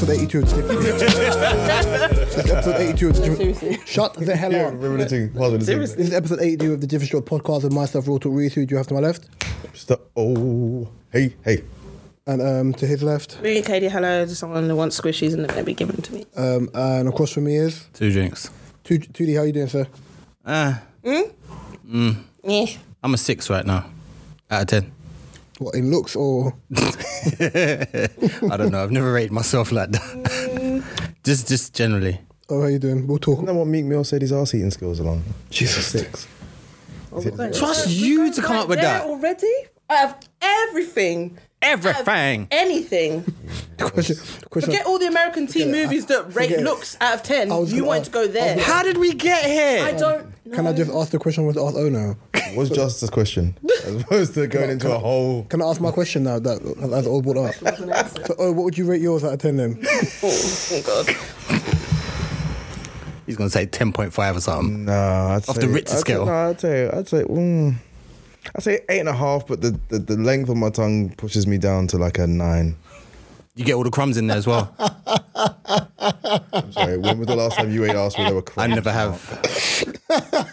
utljudsklipp. This is episode 82 of the Seriously. Shut the hell Yeah, up. remember the thing. Hold on a second. This is episode 82 of the Different Short podcast with myself, Raw Talk Reese, who do you have to my left? Stop. Oh, hey, hey. And um, to his left. Me and Katie, hello. There's someone who wants squishies and they're going to be given to me. Um, and across from me is Two drinks. Tu- Tudi. How you doing, sir? Uh, Yeah. I'm a six right now out of ten. What, in looks or. I don't know. I've never rated myself like that. just, just generally. Oh, how you doing? We'll talk. Isn't that what Meek Mill said his ass eating skills along? Jesus. Six. Trust you to come up with that. already? I have everything. Everything. Anything. Question. question Forget all the American teen movies that rate forget it. looks out of 10. I was You gonna wanted ask- um, to go there. How did we get here? I don't know. can I just ask the question I wanted to ask? Oh, no. What's just this question? As opposed to going into a whole. Can I ask my question now that that's all brought up? So, oh, what would you rate yours out of 10 then? Oh, oh, God. He's gonna say ten point five or something. Nah, I'd Off say, the Richter I'd scale. Say, nah, I'd say, I'd say, mm, I'd say eight and a half, but the, the, the length of my tongue pushes me down to like a nine. You get all the crumbs in there as well. I'm sorry, when was the last time you ate ass where they were I crying? never have.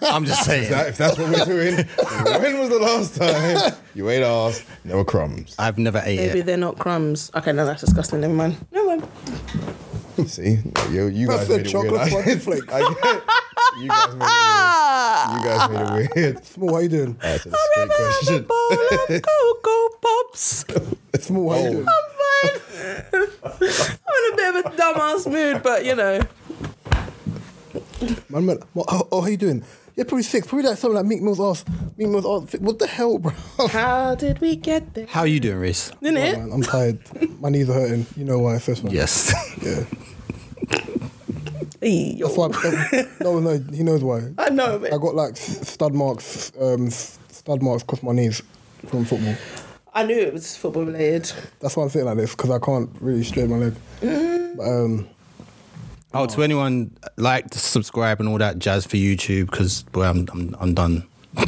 I'm just saying. That, if that's what we're doing, when was the last time you ate ass? and There were crumbs. I've never ate Maybe it. they're not crumbs. Okay, no, that's disgusting. Never mind. No, mind. See, you, you That's guys the made it chocolate weird. I- fucking flake. I get- you guys made Ah! it weird. You guys made it weird. Small, how you doing? That's a straight question. Cocoa Pops. Small, oh. how you doing? I'm fine. I'm in a bit of a dumbass mood, but you know. Man, man, what, oh, oh, how you doing? Yeah, probably six. Probably like something like Meek Mill's ass. Meek Mill's ass. What the hell, bro? How did we get there? How are you doing, Reese? Didn't it? Man, I'm tired. My knees are hurting. You know why? First one. Yes. Yeah. Hey, yo. That's why. no, no, he knows why. I know, but I got like s- stud marks, um, s- stud marks across my knees from football. I knew it was football related. That's why I'm sitting like this because I can't really straighten my leg. But, um, Oh, to anyone like to subscribe and all that jazz for YouTube because well, I'm, I'm I'm done. I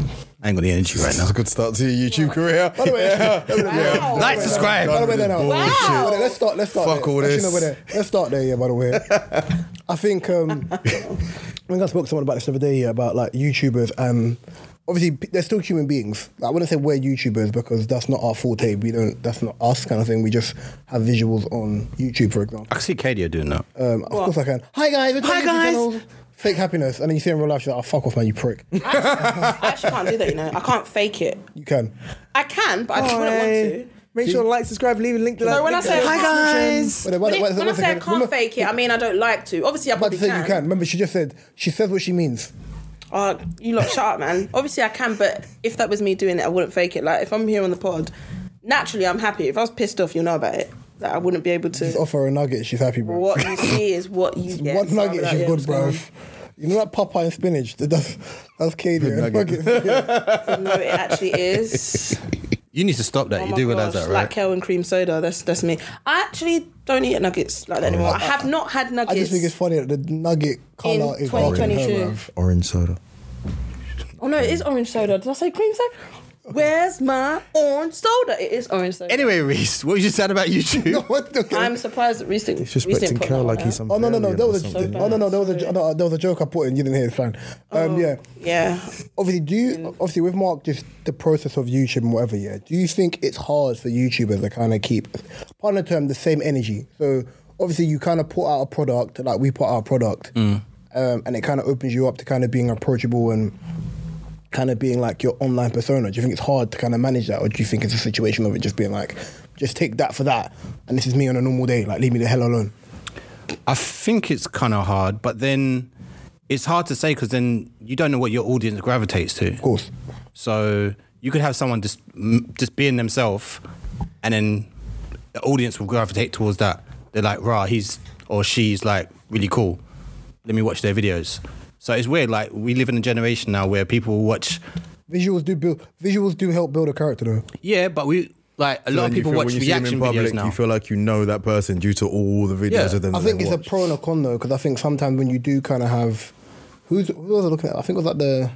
ain't got the energy right now. That's a good start to your YouTube career. By the way- Wow. Like, subscribe. by the way, then, uh, Wow. well, let's start. Let's start. Fuck there. all Actually, this. no, we're there. Let's start there. Yeah, by the way, I think um, I think I spoke to someone about this the other day yeah, about like YouTubers and obviously p- they're still human beings. I wouldn't say we're YouTubers because that's not our forte. We don't. That's not us kind of thing. We just have visuals on YouTube, for example. I can see Katie doing that. Uh, Um, of course I can. Hi guys. we're doing Hi, YouTube guys. channels. Fake happiness, and then you see it in real life, you're like, oh, "Fuck off, man, you prick." I actually can't do that, you know. I can't fake it. You can. I can, but I just wouldn't want to. Make sure to like, subscribe, leave a link below. So when I say hi guys, Wait, wait, when, wait, it- wait, when I wait a say I second. can't Remember- fake it, I mean I don't like to. Obviously, I But probably to say you can. Remember, she just said she says what she means. Uh, you lot, shut up, man. Obviously, I can, but if that was me doing it, I wouldn't fake it. Like if I'm here on the pod, naturally, I'm happy. If I was pissed off, you'll know about it. Like I wouldn't be able Just to. offer her a nugget. She's happy, bro. What you see is what you get. One So I'll be nugget like, is yeah, good, what's bro. going You know that Popeye and spinach? That- That's that's Katie. and Nugget. nuggets. Yeah. on? No, it actually is. You need to stop that. Oh you my do realize gosh, that, right? Like kale and cream soda. That's that's me. I actually don't eat nuggets Oh, like that anymore. I, have not had I nuggets. just think it's funny that the nugget colour is dark in her, 2022. bruv. Orange soda. oh no, it is orange soda. Did I say cream soda? Where's my orange soda? It is orange soda. Anyway, Reese, what was you saying about YouTube? What the? I'm surprised that recent. He's disrespecting Kel like he's some. Oh no no no! variant That or was a, something. oh no no! That was a no, that was a joke I put in. You didn't hear it, fine. Um, yeah. Yeah, Obviously, do you obviously with Mark just the process of YouTube and whatever? Yeah. Do you think it's hard for YouTubers to kind of keep, pardon the term, the same energy? So obviously, you kind of put out a product like we put out a product, um, and it kind of opens you up to kind of being approachable and kind of being like your online persona? Do you think it's hard to kind of manage that, or do you think it's a situation of it just being like, just take that for that, and this is me on a normal day, like leave me the hell alone? I think it's kind of hard, but then it's hard to say because then you don't know what your audience gravitates to. Of course. So you could have someone just m- just being themselves, and then the audience will gravitate towards that. They're like, "Rah, he's or she's like really cool. Let me watch their videos." So it's weird. Like we live in a generation now where people watch. Visuals do build. Visuals do help build a character, though. Yeah, but we like a So lot then of you people feel watch when you see them reaction in public, videos now. You feel like you know that person due to all the videos Yeah. of them. I that think they've it's a watched. pro and a con though, because I think sometimes when you do kind of have, who's who was I looking at? I think it was like the.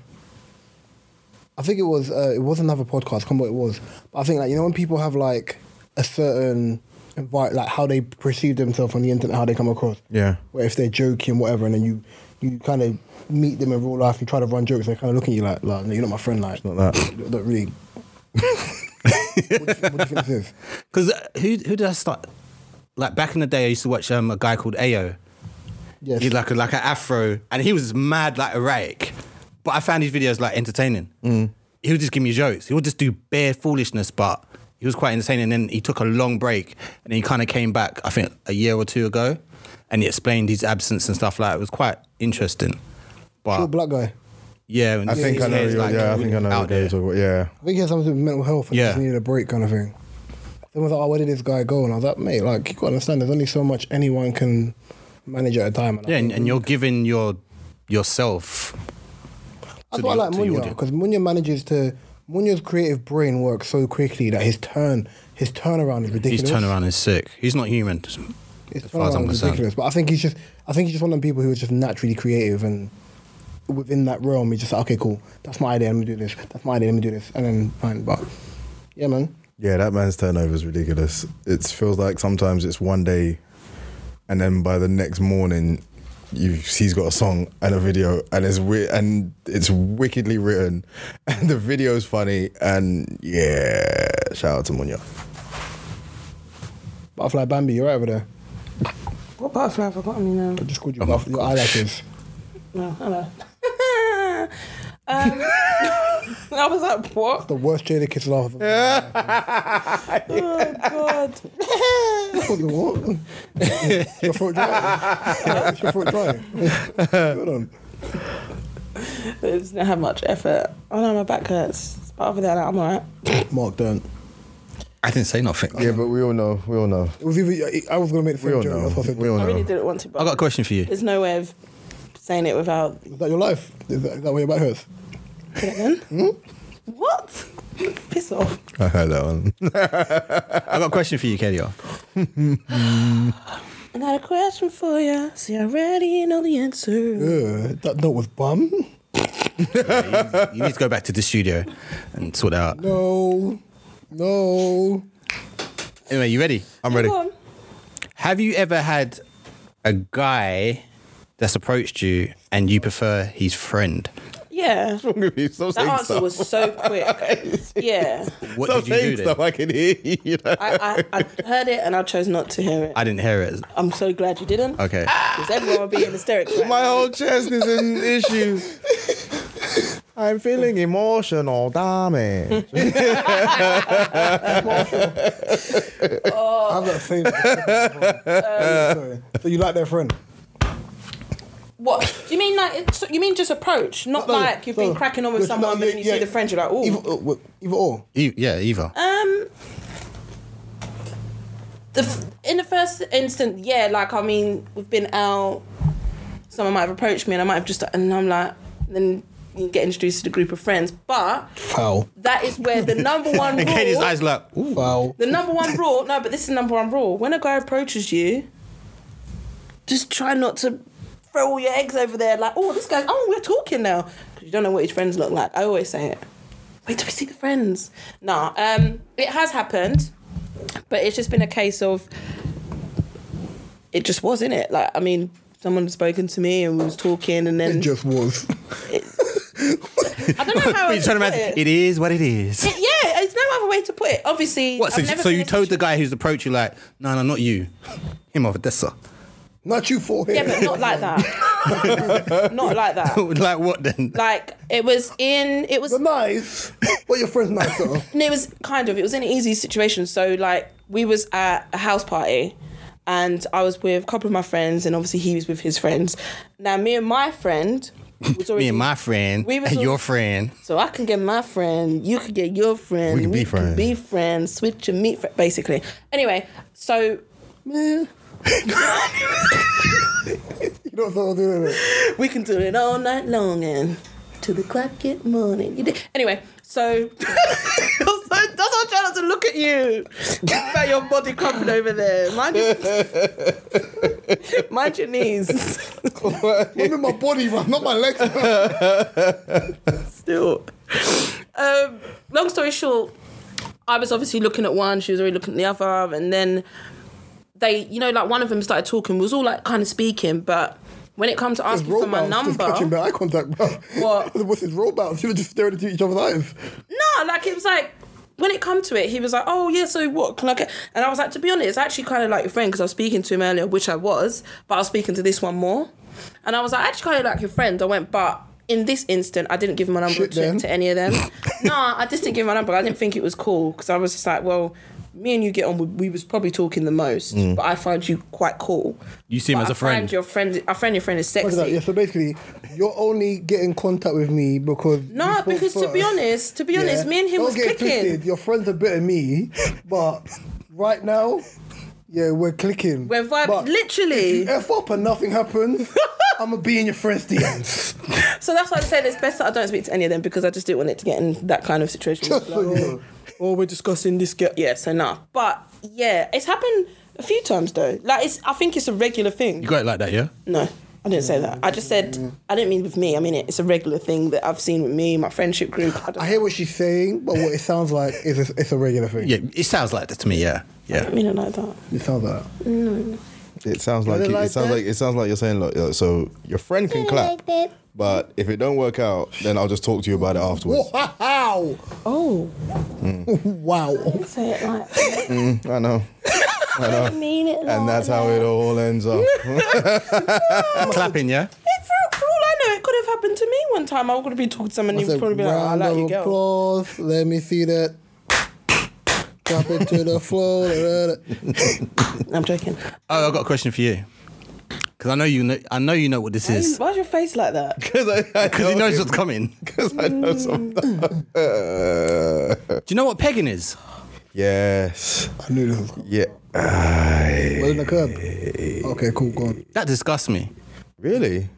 I think it was uh, it was another podcast. Come what it was, but I think like you know when people have like a certain envi- like how they perceive themselves on the internet, how they come across. Yeah. Where if they're joking, whatever, and then you you kind of meet them in real life, you try to run jokes, they kind of look at you like, like, no, you're not my friend, like, Not that. don't really. what, do you, think- what do you think this is? Because uh, who who did I start? Like back in the day, I used to watch um, a guy called Ayo. Yes. He'd like a, like an afro, and he was mad like erratic. But I found his videos like entertaining. Mm. He would just give me jokes. He would just do bare foolishness, but he was quite entertaining. And then he took a long break, and he kind of came back. I think a year or two ago, and he explained his absence and stuff like. That. It was quite interesting. But Little black guy. yeah, and I think I know. his hair's, you're- like, yeah, I think I know. Out what you're there. talking about. Yeah. I think he had something to do with mental health and Yeah. just needed a break kind of thing. Someone was like, oh, where did this guy go? And I was like, mate, like, you got to understand, there's only so much anyone can manage at a time. And I Yeah, think and, and you're giving your yourself. That's to why I the- like to the Munya audience. because Munya manages to Munya's creative brain works so quickly that his turn his turnaround is His ridiculous. turnaround is sick. He's not human. his as far as turnaround I'm is concerned. ridiculous. But I think he's just I think he's just one of them people who is just naturally creative and within that realm he's just like okay cool that's my idea let me do this that's my idea let me do this and then fine but yeah man Yeah, that man's turnover is ridiculous. It feels like sometimes it's one day, and then by the next morning, you he's got a song and a video, and it's wi- and it's wickedly written, and the video's funny, and yeah, shout out to Munya. Butterfly Bambi you're right over there What butterfly have I got on me now? I just called you Oh butterf- your eyelashes No, hello. um, I was like, what? the worst Jada Kiss laugh I've ever Oh, God. heard. What? your throat dry Is your throat dry What's going on? It doesn't have much effort. Oh, no, my back hurts. But other than that, I'm all right. Mark don't I didn't say nothing. Yeah, but we all know, we all know, It was either I was gonna make the we same all joke. That's know, what I said. we all I really know. didn't want to, but I got a question for you. there's no way of saying it without. Is that your life? Is that, is that where your back hurts? Say it again. Hmm? What? Piss off. I heard that one. I got a question for you, KDR. I got a question for you. See, I already know the answer. Ugh, that note was bum. You need to go back to the studio and sort it out. No, no. Anyway, you ready? I'm ready. Go on. Have you ever had a guy that's approached you and you prefer his friend? Yeah. Stop That saying answer stuff. was so quick. yeah. What Stop did you do saying then? stuff. I can hear you. I, I, I heard it and I chose not to hear it. I didn't hear it. I'm so glad you didn't. Okay. Because everyone would be in hysterics. Right My now. whole chest is in issues. I'm feeling emotional damage. I have that same. Sorry. So you like their friend? What? Do you mean like, it's, you mean just approach? Not No, like you've no. been cracking on with No, someone yeah, and then you yeah. see the friend, you're like, Either, oh. uh, well, either or. E- yeah, either. Um, the f- in the first instant, yeah, like I mean, we've been out. Someone might have approached me, and I might have just, and I'm like, then you get introduced to the group of friends. But Foul. that is where the number one and KD's rule, eyes like, ooh. Foul. the number one rule. No, but this is the number one rule. When a guy approaches you, just try not to throw all your eggs over there. Like, oh, this guy's, oh, we're talking now. 'Cause you don't know what his friends look like. I always say it. Wait till we see the friends. Nah, um, it has happened, but it's just been a case of it just was, not it? Like, I mean, someone had spoken to me and we was talking, and It then just was. I don't know how You else to turn put around, it. it is what it is. Yeah, there's no other way to put it. Obviously, What? So, I've never so been you in a told the guy who's approached you like, no, no, not you. Him over Odessa. Not you for him. Yeah, but not like that. not like that. like what then? Like it was in it was You're nice. But your friend's nice though. and it was kind of it was in an easy situation. So like we was at a house party and I was with a couple of my friends and obviously he was with his friends. Now me and my friend was already Me and my friend We was and all- your friend. So I can get my friend, you can get your friend, We can be friends. be friends, switch and meet, fri- basically. Anyway, so You know what I'm doing? innit? we can do it all night long and to the clock at morning. You did. Anyway, so that's why I'm trying not to look at you. Think about your body crumpling over there. Mind your, mind your knees. I'm in my body, bruv, not my legs. Still. Um, long story short, I was obviously looking at one. She was already looking at the other, and then they, you know, like one of them started talking, we was all like kind of speaking, but when it comes to asking for my just catching number, their eye contact, bro. What? What's his role bounce? You were just staring into each other's eyes. no, like it was like when it come to it, he was like, "Oh yeah, so what?" Can I get? And I was like, "To be honest, actually, kind of like your friend because I was speaking to him earlier, which I was, but I was speaking to this one more." And I was like, "Actually, kind of like your friend." I went, "But in this instant, I didn't give my number Shit to, then. to any of them. no, I just didn't give my number. I didn't think it was cool because I was just like, well." Me and you get on. We, we was probably talking the most, Mm. but I find you quite cool. You see him But as a I find friend. Your friend, I find your friend is Look at that. sexy. Yeah, so basically, you're only getting contact with me because. you No, spoke because to be first. honest, to be honest, Yeah. me and him Don't was get it clicking. Twisted. Your friends are better than me, but right now, yeah, we're clicking. We're vibing, But literally. if you F up and nothing happens. I'm gonna be in your friend's DMs. So that's why I said it's best that I don't speak to any of them because I just didn't want it to get in that kind of situation. Like, So, you know, oh, we're discussing this girl. Yeah, so nah. But yeah, it's happened a few times though. Like it's, I think it's a regular thing. You got it like that, yeah? No, I didn't say that. I just said I didn't mean with me. I mean it. It's a regular thing that I've seen with me, my friendship group. I, don't, I hear what she's saying, but what it sounds like is it's a regular thing. Yeah, it sounds like that to me, yeah. I Yeah. mean it like that. It sounds like that. It sounds like it it, like it sounds that? like it sounds like you're saying like, uh, so your friend can clap, but if it don't work out, then I'll just talk to you about it afterwards. Wow! Oh, Wow! say it like. That. I know, I mean it. and that's how it all ends up. Clapping, yeah? For, for all I know, it could have happened to me one time. I would be talking to someone I and he would said, probably be like, "Oh, "I round like of your girl." applause. Let me see that. Drop it to the floor. I'm joking. Oh, I got a question for you. Because I know you know, I know you know what this is. Why's your face like that? Because I, I Because he knows what's coming. Do Because I know something. you know what pegging is? yes. I knew this was coming. Yeah. Well, in the curb. Okay, cool, go on. That disgusts me. Really?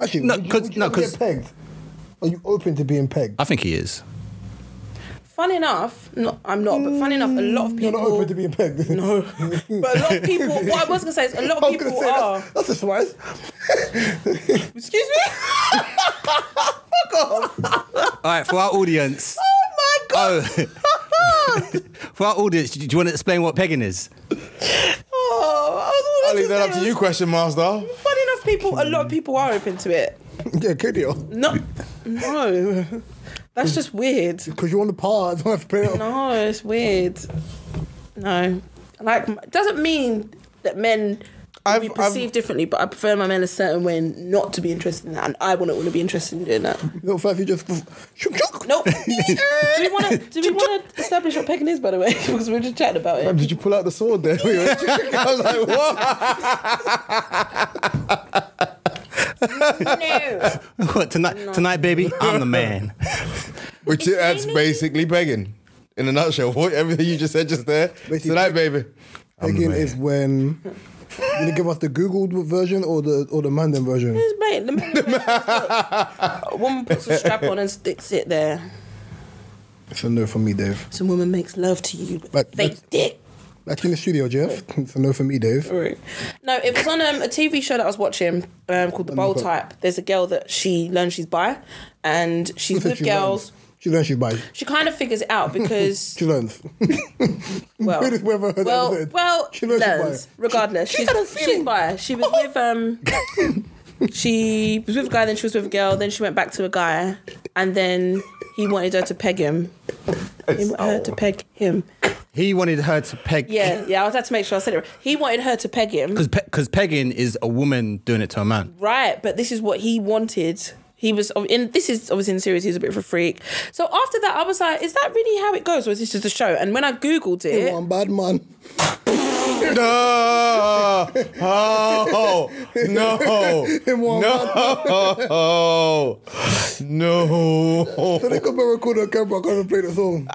Actually, No, would you- 'cause- would you no, ever get 'cause- pegged? Are you open to being pegged? I think he is. Fun enough, no, I'm not, but fun enough, a lot of You're people. not open to being pegged. no, but a lot of people. What I was gonna say is a lot I of was gonna people say are. that's, that's a surprise. Excuse me. All right, for our audience. My God. Oh. for our audience, do you want to explain what pegging is? Oh, I I'll was leave gonna that say up to was- you, question master. Fun enough, people. A lot of people are open to it. yeah, could you? No, no, that's just weird. Because you're on the pod. I don't have to pay it off. No, it's weird. No, like doesn't mean that men. I've- we I've- perceive differently, but I prefer my men a certain way and not to be interested in that, and I wouldn't want to be interested in doing that. No, fact, you just. Shook, shook. Nope. do we want to? Do we want to establish what pegging is, by the way? because we were just chatting about it. Did you pull out the sword there? I was like, what? No. What, tonight, tonight, baby, I'm the man. Which It's that's really- basically begging. In a nutshell, what everything you just said just there. Tonight, baby. Pegging is when. You gonna give us the Googled version or the or the Mandan version? Mate, the man- the man- a woman puts a strap on and sticks it there. It's a no from me, Dave. Some woman makes love to you with But- fake dick. Like in the studio, Jeff. It's a no for me, Dave. Right. No, it was on um, a TV show that I was watching um, called The Bold God. Type. There's a girl that she learns she's bi, and she's with She girls. learns. She learns she's bi. She kind of figures it out because She learns. well, Weirdest way I've ever heard that well, word. well, She she knows she's learns. bi. Regardless, She- she she's, had a she's feeling. bi. She was with um, she was with a guy, then she was with a girl, then she went back to a guy, and then he wanted her to peg him. He wanted her to peg him. He wanted her to peg. Yeah, yeah. I had to make sure I said it. right. He wanted her to peg him. Because pegging is a woman doing it to a man. Right, but this is what he wanted. He was in. This is obviously in the series. He was a bit of a freak. So after that, I was like, "Is that really how it goes, or is this just a show?" And when I googled it, One bad man. No! Oh! No! one No! No! They could be recorded on camera. I can't even play the song.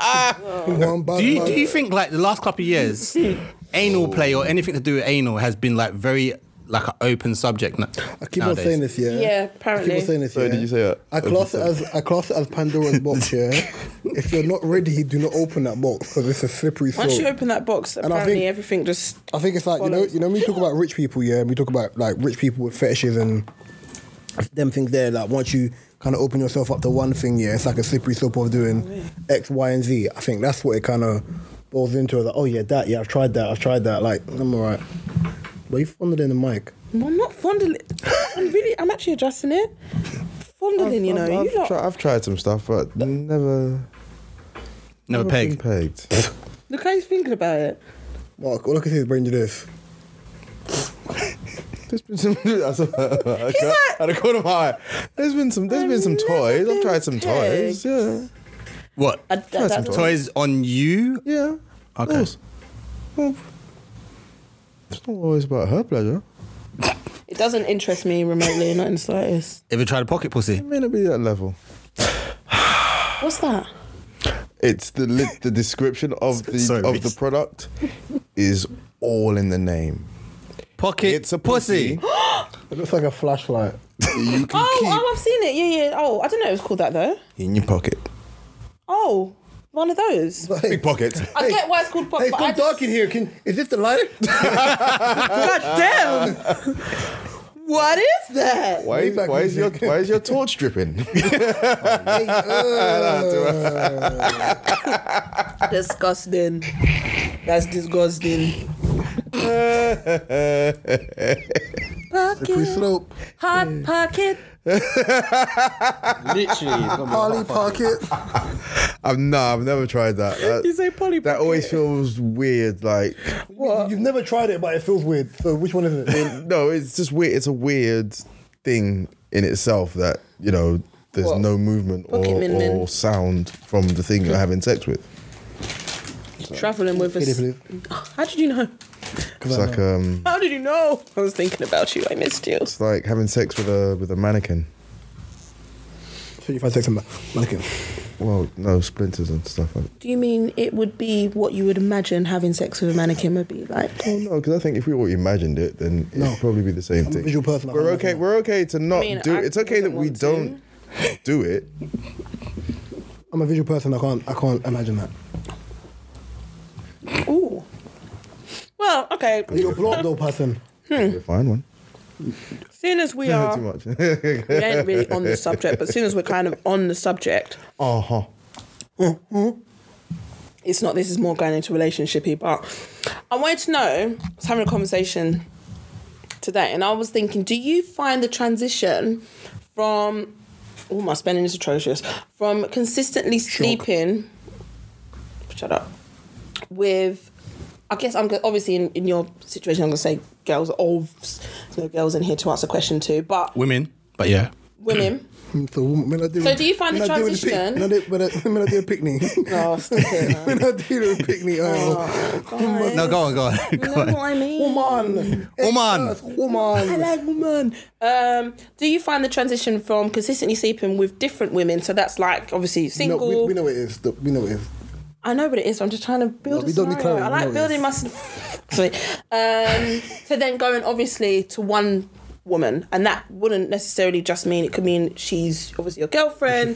One bad Do you, man. do you think like the last couple of years, anal play or anything to do with anal has been like very like an open subject? Na- I keep on nowadays? saying this, yeah. Yeah, I keep apparently. on saying this. Sorry, yeah. did you say that? I class it as I class it as Pandora's box. Yeah. if you're not ready, do not open that box because it's a slippery slope. once you open that box, I apparently think- everything just. I think it's like you know, follows. you know, when we talk about rich people, yeah, and we talk about like rich people with fetishes and them things there. Like once you kind of open Oh, yourself up to one thing, yeah, it's like a slippery slope of doing X, Y, and Z. I think that's what it kind of falls into it. Like, oh yeah, that. Yeah, I've tried that. I've tried that. Like, I'm alright. But you fondled in the mic. No, I'm not fondling. I'm really. I'm actually addressing it. Fondling, you know. I've, you lot, tri- I've tried some stuff, but never. Never been peg. pegged. look how he's thinking about it. Mark, all I can see is bring you this. There's been some. That's I can't- At the corner of my eye, there's been some. There's been some I've toys. never I've been tried some pegged. toys. Yeah, What? I, that, Try some that's- Toys on you? yeah. Okay. Yes. Well, It's not always about her pleasure. it doesn't interest me remotely, not in the slightest. Ever tried a pocket pussy? It may not be that level. What's that? It's the li- the description of the Sorry, of the Reece. product is all in the name. Pocket. It's a pussy. It looks like a flashlight. you can Oh, keep oh, I've seen it. Yeah, yeah. Oh, I didn't know it was called that though. in your pocket. Oh, one of those. Big pocket. I get why it's called pop. Hey, it's but gone I just- dark in here. Can is this the lighter? God damn! what is that? Why, is- Maybach why is your music. why is your torch dripping? Disgusting. That's disgusting. We Pocket, slope. hot pocket. Literally, it's gonna be Harley hot Pocket. I've no, I've never tried that. That, You say poly that always feels weird. Like You've never tried it, but it feels weird. So which one is it? no, it's just weird. It's a weird thing in itself that you know there's What? no movement or, Pocket min min. or sound from the thing you're having sex with. Traveling with Kitty, us. please. How did you know? It's like um, How did you know? I was thinking about you. I missed you. it's like having sex with a with a mannequin. So you find sex in the mannequin. Well, no splinters and stuff. Like Do you mean it would be what you would imagine having sex with a mannequin would be like? Oh no, because I think if we all imagined it, then it No. would probably be the same I'm a thing. visual person, I We're can't okay. imagine We're okay to not mean, do. I it's okay that we wouldn't want don't do it. I'm a visual person. I can't. I can't imagine that. Ooh. Well, okay. You're a block though, person. Hmm. We'll find one. Soon as we Too are, much. we ain't really on the subject, but soon as we're kind of on the subject, uh Uh-huh. huh. it's not this is more going into relationshipy but i wanted to know i was having a conversation today and i was thinking do you find the transition from oh my spending is atrocious from consistently sleeping shut up with I guess I'm go- obviously in, in your situation. I'm gonna say girls, all no girls in here to answer question two, but Women. But yeah. women. So, when I do, So do you find when the I do pic- transition- When I do- when I- when I do a picnic. Oh, stop it, man. When I do a picnic. Oh, Guys, No, go on, go on. you Go know on. what I mean? woman. Woman. Yes, Woman. I like women. Um, do you find the transition from consistently sleeping with different women? So that's like obviously No, single. we, we know what it is. though. We know what it is. I know what it is. But I'm just trying to build. No, a we don't need scenario. clarity, I we like know building what my. Sorry. Um, so then going obviously to one woman, and that wouldn't necessarily just mean it could mean she's obviously your girlfriend.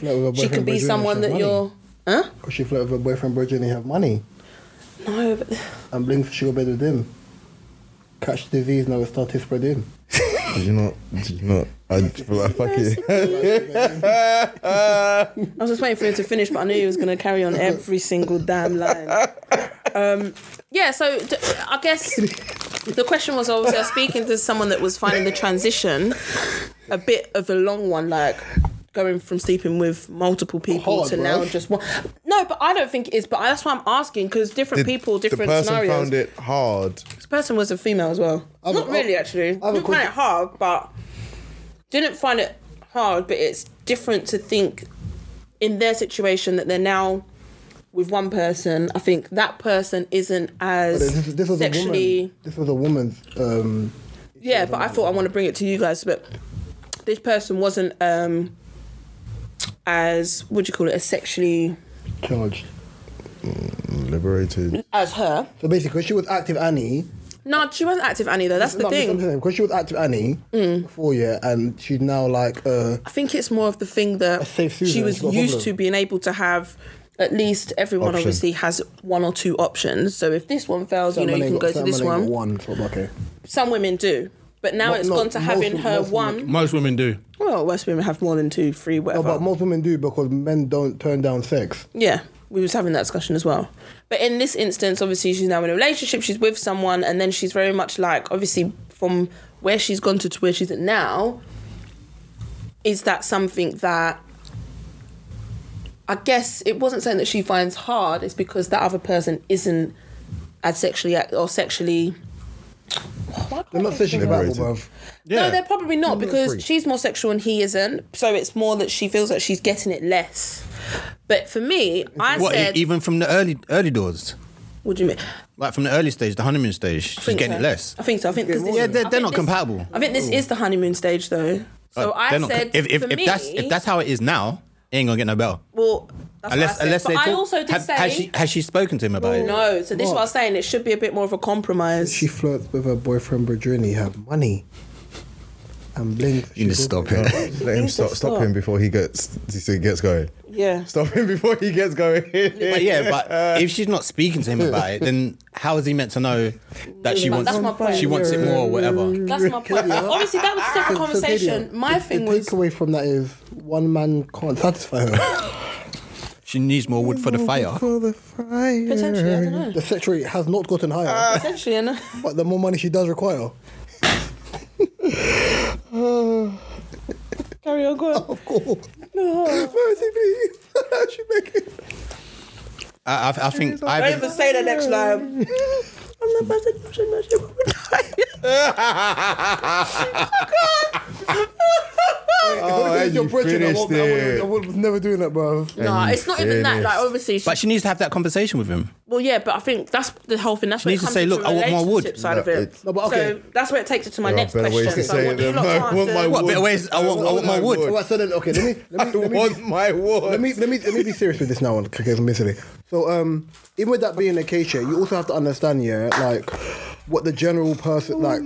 She flirt with her She could boyfriend, but be you don't someone have that money. you're. Huh? Or she flirt with her boyfriend, bro, and have money. No, but And bling, she go bed with him. Catch disease, now it start to spread in. Did you not? Did you not? I just feel like fuck it. I was just waiting for him to finish, but I knew he was going to carry on every single damn line. Um, yeah, so d- I guess the question was obviously I was speaking to someone that was finding the transition a bit of a long one, like going from sleeping with multiple people Hard, to bruv. now just one. No, but I don't think it is. But that's why I'm asking because different Did people, different the person scenarios. found it hard. This person was a female as well. I've- Not I've- really, actually. a Didn't find question. it hard, but didn't find it hard. But it's different to think in their situation that they're now with one person. I think that person isn't This, as this was sexually. a woman. This was a woman's. Um, Yeah, but I thought I want to bring it to you guys, but this person wasn't um as what do you call it? As sexually charged. Liberated. as her. So basically, because she was active Annie. No, she wasn't active Annie though. That's the No, thing. Mm. Because she was active Annie before, yeah, and she's now like, uh, I think it's more of the thing that safe Susan, she was it's not a used problem. to being able to have. At least everyone Option. obviously has one or two options. So if this one fails, certain you know men you can ain't go got- certain to this men ain't one. got One, so, okay. Some women do, but now Not- it's not- gone to most having women- her most one. women- Most women do. Well, most women have more than two, three, No, whatever. but most women do because men don't turn down sex. yeah, we was having that discussion as well. But in this instance, obviously she's now in a relationship, she's with someone, and then she's very much like obviously from where she's gone to, to where she's at now, is that something that I guess it wasn't something that she finds hard, it's because that other person isn't as sexually act- or sexually They're not sexually Liberated. viable, bruv. No, they're probably not because she's more sexual and he isn't. So it's more that she feels that she's getting it less. But for me, I What, e- said, even from the early early doors? "What do you mean?" Like from the early stage, the honeymoon stage, she's Think getting so. it less. I think so. I think 'cause this Yeah, is- they're- I they're think not this- compatible. I think this is the honeymoon stage, though. So Like, I Uh, Oh, they're not- said, if, if, for if me, that's if that's how it is now, it ain't gonna get no bell. well, that's unless what I said. unless but they I talk- also did have, say has she has she spoken to him about it? no. So this is what I was saying. It should be a bit more of a compromise. She flirts with her boyfriend Badrini, her money. And blinks. You need to stop it. Let him needs to stop. Stop stop. him before he gets so he gets going. yeah. Stop him before he gets going. but yeah, but if she's not speaking to him about it, then how is he meant to know that she But wants that's my point. she wants it more or whatever? That's my point. Obviously, that was a separate conversation. My thing the was takeaway from that is one man can't satisfy her. She needs more wood for the fire. For the fire. potentially. I don't know. The sex rate has not gotten higher, Potentially, I know. but the more money she does require. Carry on, go on. Of course. No. Mercy, please. she make it. I, I, I think Don't even Ivan, say the next line. I'm the best at pushing my shit. Oh, and you finished it. I was never doing that, bruv. No, it's not even that. Like, obviously, she, but she needs to have that conversation with him. well, yeah, but I think that's the whole thing. That's She where needs it to comes say, into "Look, the I want my wood." relationship Side of No, it. it's- No, but okay. So that's where it takes it to my There are next better ways question. to say So it what do you than, lot "I want my answer? What wood. better ways? I want, I want my wood. All right, so then, okay, let me let me I let me be- want my war. let me let me let me be serious with this now and okay, I'm silly. So um even with that being the case, yeah, you also have to understand, yeah, like what the general person like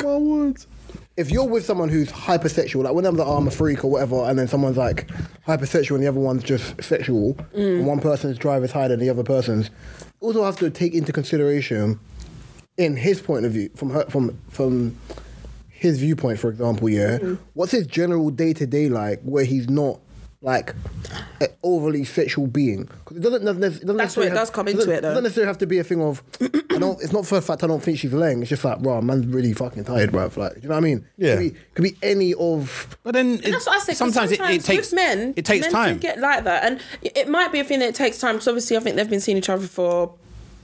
if you're with someone who's hypersexual, like when I'm like, oh, I'm a freak or whatever, and then someone's like hypersexual and the other one's just sexual, and one person's drive is higher than the other person's, you also have to take into consideration in his point of view, from her from from his viewpoint, for example, yeah, Mm. what's his general day to day like where he's not like an overly sexual being? Because it doesn't, doesn't, doesn't That's where necessarily it does have- come into doesn't- it, though. Doesn't necessarily have to be a thing of I don't. It's not for a fact I don't think she's laying. It's just like, bro, man's really fucking tired, bro. Like, you know what I mean? Yeah. Could be, could be any of. But then it, And that's what I said. 'cause sometimes, it, it sometimes takes with men. It takes men do time. get like that, and it might be a thing that it takes time. Because obviously, I think they've been seeing each other for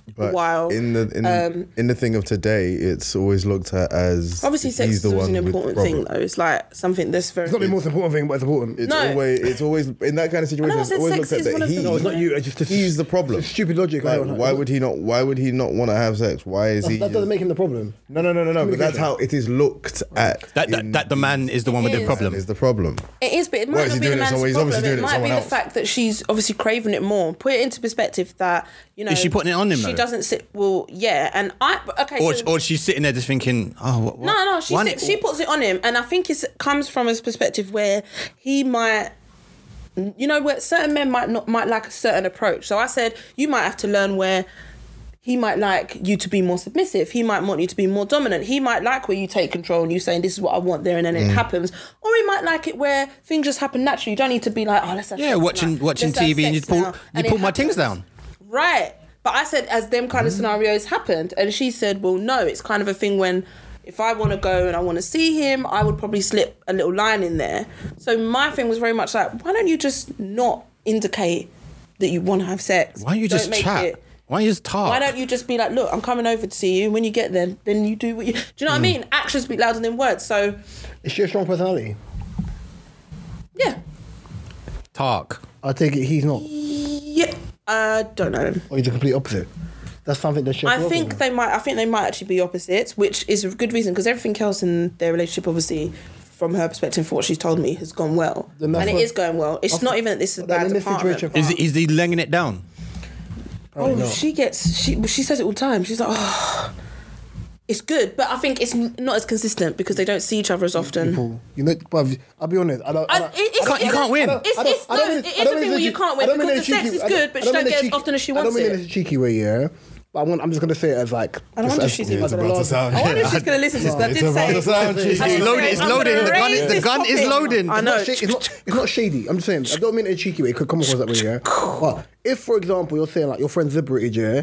a But while. in the in, in the thing of today, it's always looked at as Um, obviously, sex he's is the always one an with important Robert. thing, though. It's like something that's very. It's not the most important thing, but it's important. It's No. always it's always in that kind of I situation. know, I It's said always sex looked at is that one of he the- No, it's not you, it's just- he's the problem. it's stupid logic, I Like, don't know. why would he not? Why would he not want to have sex? Why is he? that doesn't make him the problem. no, no, no, no, no. But that's how it is looked at. That, in- that, that the man is the one with It the is. problem. is the problem. It is, but it Why might is not he be the doing it man's someone- he's problem. obviously it doing it might to be someone the else. fact that she's obviously craving it more. Put it into perspective that you know. Is she putting it on him, She though? doesn't sit. Well, yeah, and I but- okay. or, so- or she's sitting there just thinking, oh, what, what? no, no, she why sit, ne- she puts it on him, and I think it comes from his perspective where he might. You know, where certain men might not might like a certain approach. So I said you might have to learn where he might like you to be more submissive. He might want you to be more dominant. He might like where you take control and you saying this is what I want there, and then it Mm. happens. Or he might like it where things just happen naturally. You don't need to be like, oh, let's have Yeah, sex watching tonight. watching Let's have TV and you sex pull now." you And it pull my things happens. down. Right. But I said, as them Mm-hmm. kind of scenarios happened, and she said, well, no, it's kind of a thing when if I want to go and I want to see him, I would probably slip a little line in there. So my thing was very much like, why don't you just not indicate that you want to have sex? Why don't you Don't just make chat? it- Why don't you just talk? Why don't you just be like, look, I'm coming over to see you. When you get there, then you do what you. Do you Mm. know what I mean? Actions speak louder than words. So, Is she a strong personality? yeah, talk? I take it he's not. yeah. I don't know. Or he's the complete opposite. That's something that she. I think they might. I think they might actually be opposites, which is a good reason because everything else in their relationship, obviously, from her perspective, from what she's told me, has gone well, Then that's and it what- is going well. It's not even that this is a then bad in this department. situation- Is he- is he laying it down? oh, she gets she well, she says it all the time. She's like, oh, it's good, but I think it's n- not as consistent because they don't see each other as often. People, you know, bruv, I'll be honest. I don't. I I- don't- it- it's- You can't- you it's- can't win. It's, I don't- it's, I no, don't mean- it I is don't a mean thing where it's you cheeky- can't I win don't mean because the it's sex cheeky- is I don't- good, but I she don't don't mean get it's as cheeky- often as she I wants don't mean it. it's cheeky way, yeah. But I want, I'm just gonna say it as like. I don't just wonder if as- she's yeah, even it's gonna about to listen. sound- I wonder if she's gonna listen to this. 'cause I It's did about to say. sound I did cheeky. It's say, loaded, it's I'm loaded, gonna the gun is- the raise gun this is topic. loading. I know. It's not, shady, it's, not, it's not shady. I'm just saying. I don't mean it in a cheeky way. It could come across that way, yeah. But if, for example, you're saying like your friend's liberated, yeah,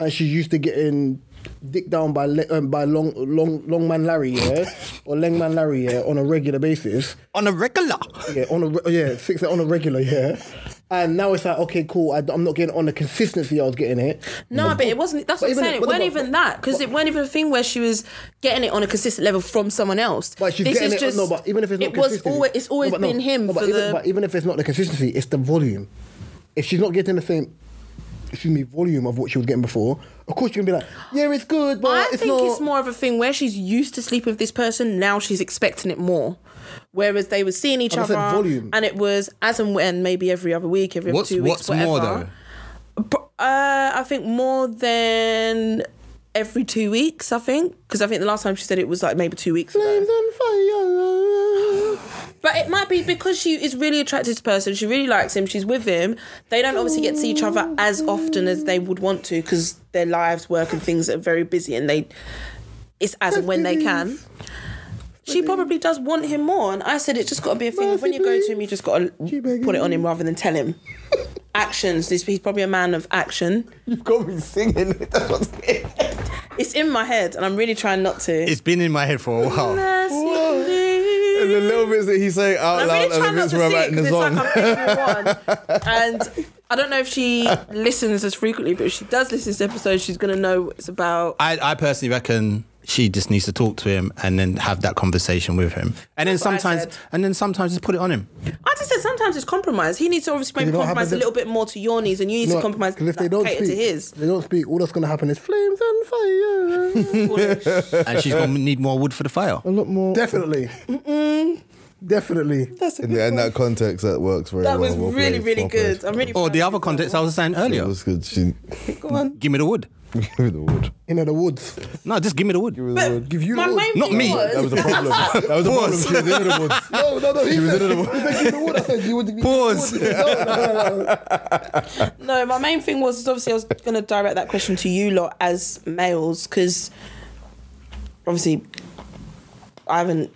and she's used to getting dicked down by le- um, by long long long man Larry, yeah, or Lengman Larry, yeah, on a regular basis, On a regular. yeah, on a re- oh, yeah, six on a regular, yeah, and now it's like okay, cool, I, am not getting on the consistency I was getting it. No, but it wasn't. That's But what I'm even- saying. It but- weren't but- even that because it weren't even a thing where she was getting it on a consistent level from someone else. But she's This getting is it. oh, no, but even if it's not it was consistent- always it's No, always but no, been him no, but for even, the. But even if it's not the consistency, it's the volume. If she's not getting the same, excuse me, volume of what she was getting before, of course you're gonna be like, yeah, it's good, but I it's think not. it's more of a thing where she's used to sleeping with this person. Now she's expecting it more. Whereas they were seeing each Like I other, said, volume. and it was as and when, maybe every other week, every What's two weeks, what's whatever. more though? Pro- Uh, I think more than every two weeks. I think because I think the last time she said it was like maybe two weeks ago. Flames on fire. But it might be because she is really attracted to this person. She really likes him. She's with him. They don't obviously get to see each other as often as they would want to because their lives, work, and things are very busy, and they it's as and when they can. She probably does want him more, and I said it's just got to be a thing. of when you go to him, you just got to put it on him rather than tell him. Actions. This he's probably a man of action. You've got me singing. That's what's it. It's in my head, and I'm really trying not to. It's been in my head for a while. And the little bits that he's saying out I'm loud really trying and the not bits to where I'm see it because acting the it's like song. I'm picking one. And I don't know if she listens as frequently, but if she does listen to this episode, she's gonna know what it's about. I, I personally reckon she just needs to talk to him and then have that conversation with him. And then That's what I sometimes said. and then sometimes just put it on him. I just said sometimes it's compromise. He needs to obviously maybe know what compromise happens a if- little bit more to your needs, and you need to compromise if they like, don't cater speak, to his. if they don't speak. All that's gonna happen is flames on fire. And she's gonna need more wood for the fire. A lot more. Definitely. Definitely. That's a In, the, good in one. that context, that works very That well. was Well really, played, really well good. played. I'm really. Or proud Oh, the of other myself. context I was saying It earlier. was good. She Go on. Give me the wood. give me the wood. Into the woods. No, just give me the wood. But Give you my the wood. main Not thing me. was- That was the problem. That was the problem. She was in the woods. No, no, no. He She was said, in the he said, give me the wood. I said, you would give me the Pause. wood. He said, no, no, no, no. No, my main thing was is obviously I was going to direct that question to you lot as males because obviously I haven't.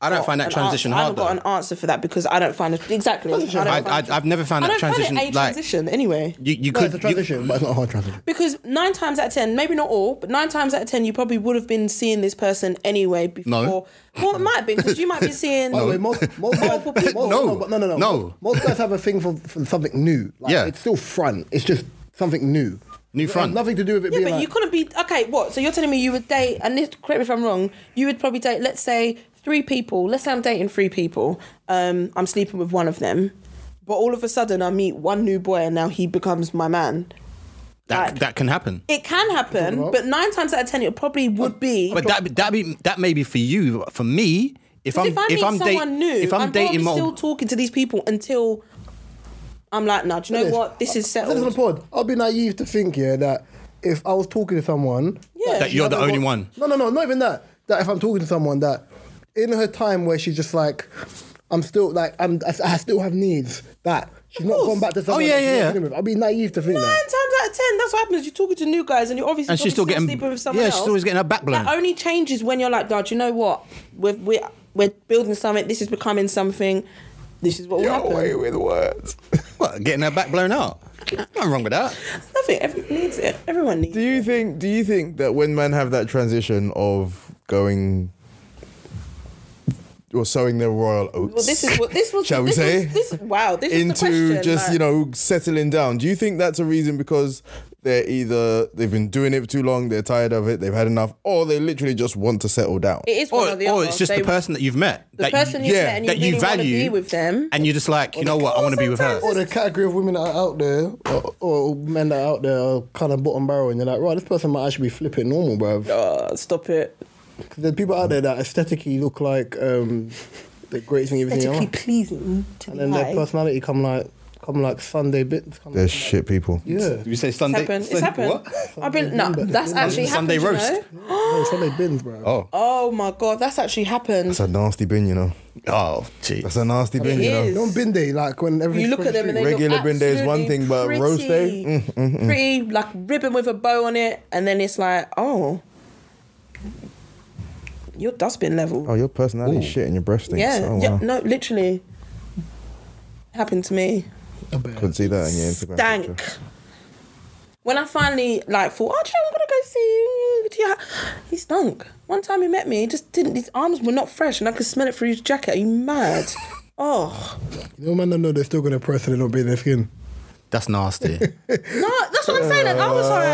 I don't got find an that transition answer- hard I though. haven't got an answer for that because I don't find it exactly. I don't I, find I, it- I've never found I that don't transition find it a like transition anyway. you. You No, could it's a you- transition, but it's not a hard transition. because nine times out of ten, maybe not all, but nine times out of ten, you probably would have been seeing this person anyway before. No. Well, it might have been because you might be seeing. By the way, most, most guys, Multiple most, people. no. No, but no, no, no, No. Most guys have a thing for, for something new. Like, Yeah. it's still front. It's just something new. New It has front. Nothing to do with it Yeah, being but like, you couldn't be okay. What? So you're telling me you would date? And this, correct me if I'm wrong. You would probably date, let's say, three people. Let's say I'm dating three people. Um, I'm sleeping with one of them, but all of a sudden I meet one new boy, and now he becomes my man. that Like- that can happen. It can happen, but nine times out of ten, it probably would be. But that that be that may be for you. For me, if I'm if I meet if I'm someone dating new, if I'm, dating probably multiple, still talking to these people until I'm like, nah, do you know what? This is This is a settled. pod. I'll be naive to think, yeah, that if I was talking to someone, Yeah. That she you're the hasn't only one. No, no, no, not even that. That if I'm talking to someone, that in her time where she's just like, I'm still like, I'm, I, I still have needs. That she's not course. Oh, gone back to someone. yeah, that she's yeah, not yeah. living with. I'll be naive to think Nine that. times out of ten, that's what happens. You're talking to new guys, and you're obviously And she's probably still getting- sleeping with someone yeah, else. she's always getting her back blown. That only changes when you're like, God, you know what? We're we're, we're building something. This is becoming something. This is what will happen. with words. what, getting her back blown out. Nothing wrong with that. Nothing. Everyone needs it. Everyone needs. Do it. you think? Do you think that when men have that transition of going or sowing their royal oats? Well, this is what this was. Shall we this say? was- this, wow, this is the into question, just like- you know settling down. Do you think that's a reason because they're either they've been doing it for too long, they're tired of it, they've had enough, or they literally just want to settle down? It is one Or, or the or other. Oh, it's just They- the person that you've met. the that person you, you've yeah, met and you that really you want to value be with them. and you're just like, you know what, I want to be with her. Or the category of women that are out there, or, or men that are out there, are kind of bottom barrel, and you're like, right, this person might actually be flipping normal, bruv. Oh, stop it. Because there's people out there that aesthetically look like um, the greatest thing you've ever seen. in your Aesthetically life. pleasing to And the then their eye. personality come like come like Sunday bits. Come They're like, shit people. yeah. You say It's Sunday. happened. It's Sunday- happened. What? I've been no. That's actually Sunday happened, you roast. know? No, Sunday bins, bro. Oh, Oh my god, that's actually happened. That's a nasty bin, you know. oh, gee. That's a nasty bin, It you know. is. You know, bin day, like when everything. you look at them and they Regular look bin day is one absolutely thing, but pretty, roast day? Mm, pretty like ribbon with a bow on it, and then it's like, oh, your dustbin level. Oh, your Oh, personality Ooh. shit and your breath stinks. yeah, Oh, yeah, wow. no, literally happened to me. I bet. Could see that in your Instagram. Dank. picture. When I finally like thought, oh, do you know, I'm gonna go see to your hou-" He stunk. One time he met me, he just didn't. His arms were not fresh, and I could smell it through his jacket. Are you mad? Oh You know, man, I know they're still going to press and they don't be in their skin. That's no, nasty. that's what I'm saying. Like, I was like,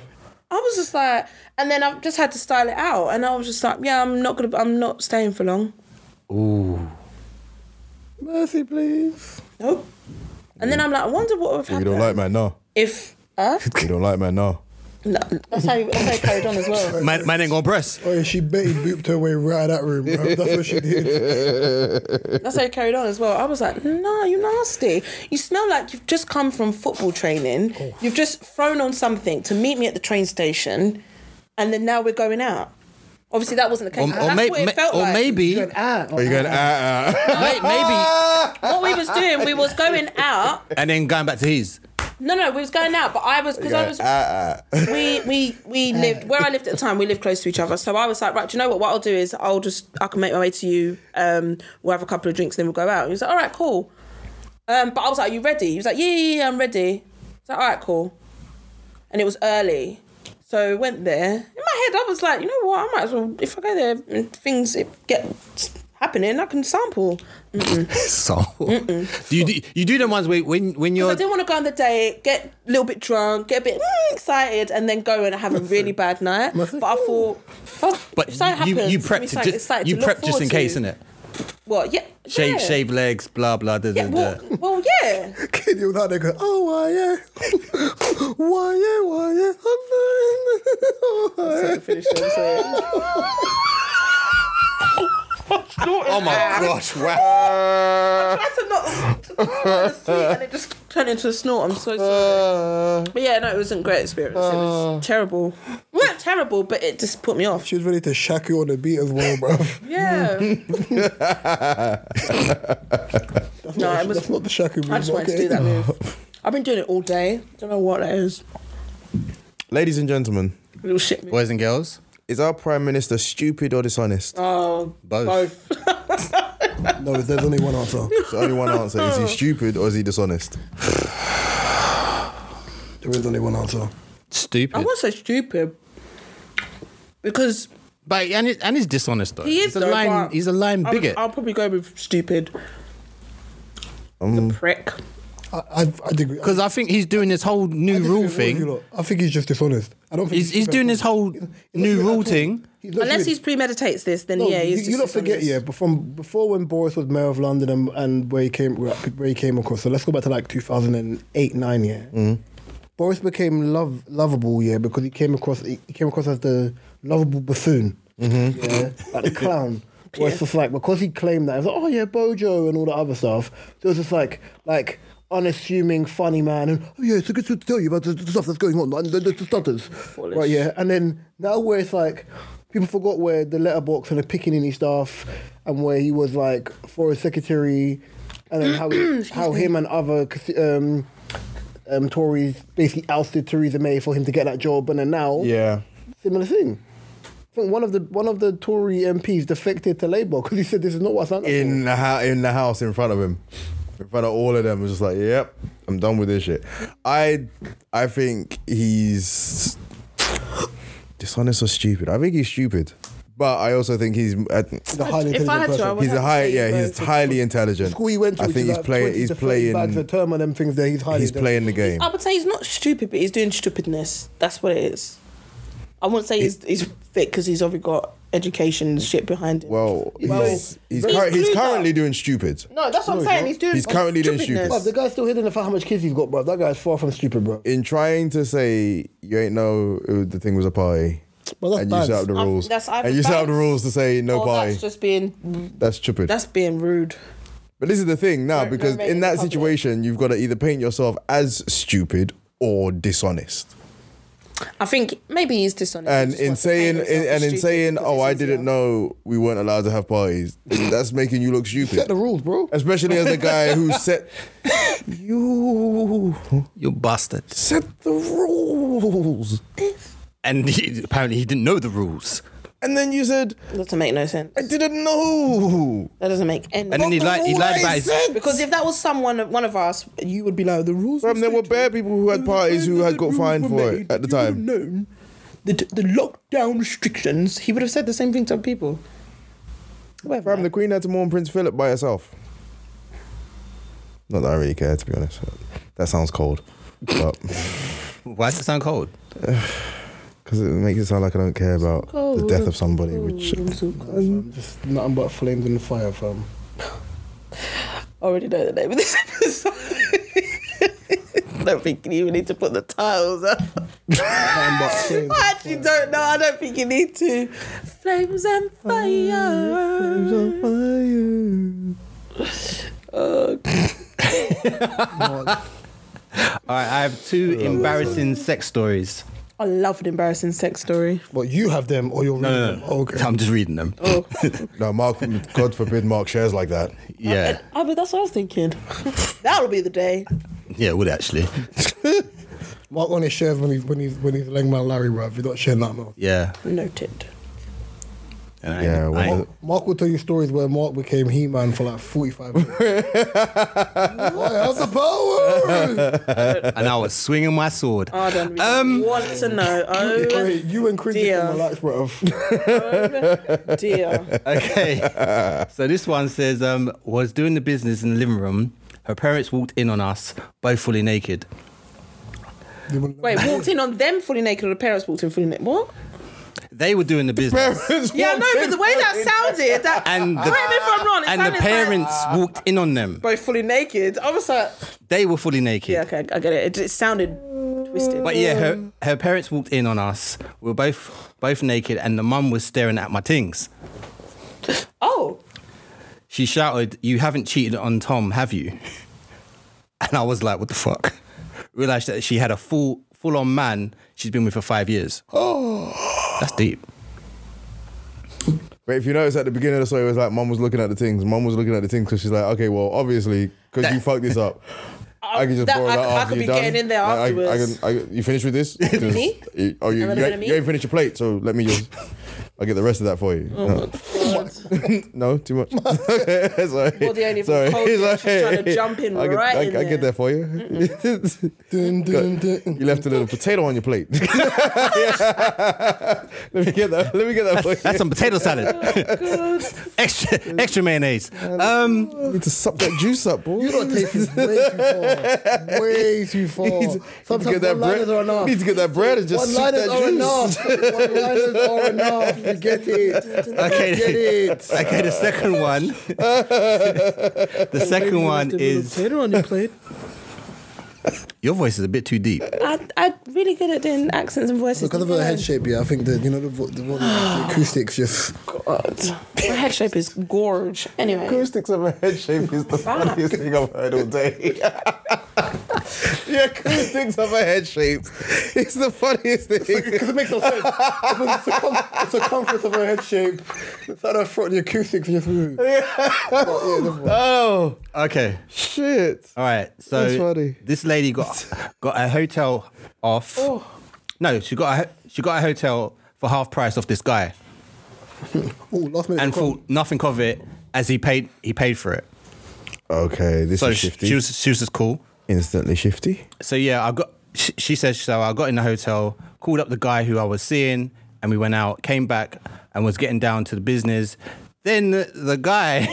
Ah. I was just like, and then I've just had to style it out, and I was just like, yeah, I'm not gonna, I'm not staying for long. Mercy, please. Nope. And then I'm like, I wonder what would have you happened don't like man, no. if. Huh? You don't like man, no. No, that's how, you, that's how you carried on as well. man, man ain't gonna press. Oh, yeah, she Betty booped her way right out of that room. Bro. That's what she did. That's how you carried on as well. I was like, no, you nasty. You smell like you've just come from football training. Oh. You've just thrown on something to meet me at the train station, and then now we're going out. Obviously, that wasn't the case. Or, That's or, may, what it may- felt or like. maybe, uh, Ah, Are you going ah ah? may- what maybe, we was doing, we was going out. and then going back to his. No, no, we was going out, but I was because I was ah ah? we we we lived where I lived at the time. We lived close to each other, so I was like, right, do you know what? What I'll do is I'll just I can make my way to you. Um, we'll have a couple of drinks, then we'll go out. And he was like, all right, cool. Um, but I was like, are you ready? He was like, yeah, yeah, yeah, I'm ready. I was like, all right, cool. And it was early, so I went there. In my head, I was like, you know what? I might as well if I go there and things get happening, I can sample. So, do you do, you do them ones where when when So you're I didn't want to go on the date, get a little bit drunk, get a bit mm, excited, and then go and have a really bad night. But I thought, fuck, but if something you, happens, you give me prep to something just exciting you to look prep just in forward case, to. innit? What? Yeah. Shave yeah. shave uh, legs, blah blah. Da, da, Yeah, well, da. well, yeah. Kid, you was out there going, oh, why, yeah. why, yeah, why, yeah. I'm fine. Why, yeah. Oh my gosh! Wow. That's a not to find a sweet and it just turned into a snort. I'm so sorry. Uh, But yeah, no, it wasn't a great experience. It was terrible. Well, not terrible, but it just put me off. She was ready to shack you on the beat as well, bro. Yeah. no, it was That's not the shack you I just wanted to do that move. I've been doing it all day. Don't know what that is. Ladies and gentlemen, Little shit move. Boys and girls, is our prime minister stupid or dishonest? Oh, both. both. No, there's only one answer. There's only one answer: is he stupid or is he dishonest? There is only one answer. I Stupid. was so stupid because but and it, and he's dishonest though. he is he's though, a line. but He's a line I would- bigot. I'll probably go with stupid. the prick. I, I, I disagree. Because I think he's doing this whole new rule thing. I think he's just dishonest. I don't think He's, he's doing this whole new rule thing. Unless he's premeditates this, then yeah, he's you, you don't just forget, yeah. But from before when Boris was mayor of London and, and where he came where he came across. So let's go back to like 2008, nine, yeah. Boris became love lovable, yeah, because he came across he came across as the lovable buffoon, yeah, like the clown. Where it's just like because he claimed that it was like, oh yeah, Bojo and all the other stuff. So it's just like like unassuming, funny man, and oh yeah, so good to tell you about the, the stuff that's going on, and the, the, the stutters, right? Yeah, and then now where it's like people forgot where the letterbox and the pickaninny stuff, and where he was like foreign secretary, and then how how him and other um, um, Tories basically ousted Theresa May for him to get that job, and then now Yeah. similar thing. I think one of the one of the Tory MPs defected to Labour because he said this is not what I signed up In the ho- in the house in front of him, in front of all of them, was just like, "Yep, I'm done with this shit." I I think he's dishonest or stupid. I think he's stupid, but I also think he's. for. The highly If I intelligent had to, I person. would He's a have high, to say yeah. both He's because- highly intelligent. School he went to, I which think is he's like playing. 20 He's to 30 Bags a playing. term and them things there. He's highly. He's playing the game. I would Oh, say he's not stupid, but he's doing stupidness. That's what it is. I wouldn't say he's, he's fit because he's already got education and shit behind him. Well, Well, he's he's, he's cur- he's clued currently up. doing stupid. no, that's what I'm saying. He's doing. He's currently doing stupidness. Bruv, the guy's still hidden for how much kids he's got, bro. That guy's far from stupid, bro. In trying to say you ain't know it was- the thing was a pie, Well, that's and you set bad. up the I- rules, that's either and you set up the bad rules to say no Or pie. that's just being That's stupid. that's being rude. but this is the thing now, No, because no, in that public. situation, you've got to either paint yourself as stupid or dishonest. I think maybe he's dishonest. And He just in wants to paint saying, himself in, as and in stupid saying, because oh, it's I easier." didn't know we weren't allowed to have parties, that's making you look stupid. Set the rules, bro. Especially as the guy who set you You bastard. set the rules. And he, apparently he didn't know the rules. And then you said, That doesn't make no sense. I didn't know. That doesn't make any. And then he lied. He lied about his. sense. because if that was someone, one of us, you would be like the rules. Fam, there were bare people who had parties who had got fined for it at the time. Known the the lockdown restrictions, he would have said the same thing to people. Fam, the Queen had to mourn Prince Philip by herself. Not that I really care, to be honest. That sounds cold, but Why does it sound cold? because it makes it sound like I don't care about the death of somebody, which Just nothing but flames and fire, fam. already know the name of this episode. I don't think you even need to put the titles up. Nothing but flames. I actually don't know. I don't think you need to. Flames and fire. Oh. All right, I have two embarrassing sex stories. I love an embarrassing sex story. But you have them or you're reading them. Okay. Uh, I'm just reading them. Oh. no, Mark, God forbid, Mark shares like that. Yeah, I mean, that's what I was thinking. That'll be the day. yeah, it would actually. Mark only shares when he's when he's when he's laying my Larry, bro. If you don't share nothing else. Yeah, Noted. and I, Yeah, I- well- Mark will tell you stories where Mark became He Man for like 45 minutes. Boy, that's the power! and I was swinging my sword. I don't really Um, want to know. Oh Wait, you and Chris Dear. can relax, bro. dear. Okay. so this one says, um, was doing the business in the living room. Her parents walked in on us, both fully naked. Wait, walked in on them fully naked or the parents walked in fully naked? What? They were doing the business. Yeah, no, but the way that sounded, that And the- correct me if I'm wrong. It And the sounded like- parents walked in on them. both fully naked. I was like, They were fully naked. yeah, okay, I get it. It, it sounded twisted. But yeah, her, her parents walked in on us. We were both both naked, and the mum was staring at my things. Oh, She shouted, "You haven't cheated on Tom, have you?" And I was like, "What the fuck?" Realized that she had a full full on man she's been with for five years. Oh, that's deep. But if you notice at the beginning of the story, it was like mom was looking at the things. Mom was looking at the things because she's like, okay, well, obviously, because you fucked this up. I can just that- borrow I that could- I after could you're be done. getting in there Like, I- I afterwards. can- I- you finished with this? Just- Me? you- Oh, you, you, Another bit of ain't- me? you ain't finished your plate, so let me just. I'll get the rest of that for you. Oh. no. No, too much. Sorry. Well, the only Sorry. cold It's dish is trying to jump in I get, right I, in I there. get that for you. Dun, dun, dun. you left a little potato on your plate. let me get that. Let me get that for you. That's some potato salad. Oh extra extra mayonnaise. Um, need to suck that juice up, boy. You don't take this way too far. Way too far. Need to- need to Sometimes get that one-liners bread. are enough. Need to get that bread and just suck One-liners that are juice. enough. One-liners are enough. You get it. okay, Get it. okay. The second one. the second one is on your plate. your voice is a bit too deep. I I'm really good at doing accents and voices. Because of her head shape, yeah, I think the you know the, vo- the, vo- the acoustics just. Oh, God. My head shape is gorge. Anyway, Acoustics of a head shape is the funniest thing I've heard all day. the acoustics of a head shape is the funniest thing. Because it makes no sense. It's the circum- the circumference of her head shape. It's out of front, the acoustics just. Yeah. yeah, never mind. Oh Okay. shit! All right. So That's funny. this lady got got a hotel off. Oh. No, she got a, ho- she got a hotel for half price off this guy, Ooh, last minute. and thought nothing of it as he paid he paid for it. Okay, this So is she, shifty. she was she was just cool. instantly shifty. So yeah, I got. She, she says so. I got in the hotel, called up the guy who I was seeing, and we went out. Came back and was getting down to the business. Then the, the guy,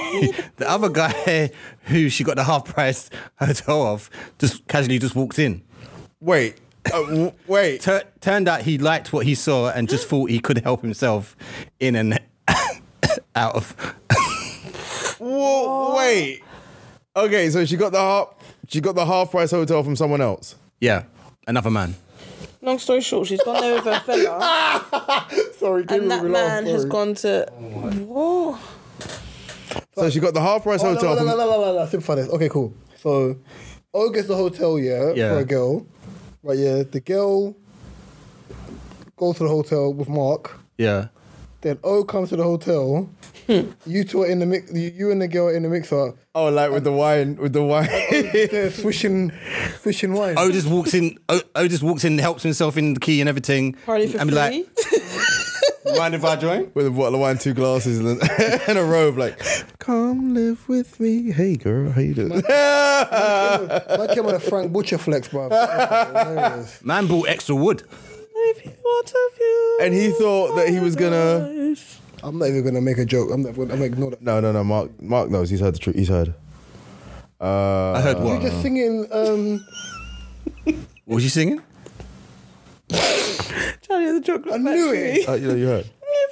the other guy who she got the half price hotel off, just casually just walked in. Wait, uh, w- wait. Tur- turned out he liked what he saw and just thought he could help himself in and out of. Whoa, Oh, wait. Okay, so she got the half. She got the half price hotel from someone else. Yeah, another man. long story short, she's gone there with her fella, sorry, and that man has gone to. Oh Whoa. So she got the half price Oh, no, hotel. no, from- no, no, no, no, no, simplify this. Okay, cool. So, O gets the hotel, yeah, Yeah. for a girl. Right, yeah. The girl goes to the hotel with Mark. Yeah. Then O comes to the hotel. you two are in the mix. You, you and the girl are in the mixer. Oh, like with the wine, with the wine. They're swishing, swishing wine. Oh, just walks in. Oh, oh just walks in, helps himself in the key and everything. Party for and free? be like, Mind if I join? with a bottle of wine, two glasses, and, then, and a robe. Like, come live with me. Hey, girl, how you doing? I came with a Frank Butcher flex, bro. "Oh, Hilarious. Man bought extra wood. and he thought that he was gonna. I'm not even gonna make a joke. I'm not. gonna- I'm gonna ignore that. No, no, no. Mark, Mark knows. He's heard the truth. He's heard. I heard what? Uh, You're just singing. Um, What was you singing? Charlie and the Chocolate I knew Factory. it. Uh, you know, you heard. If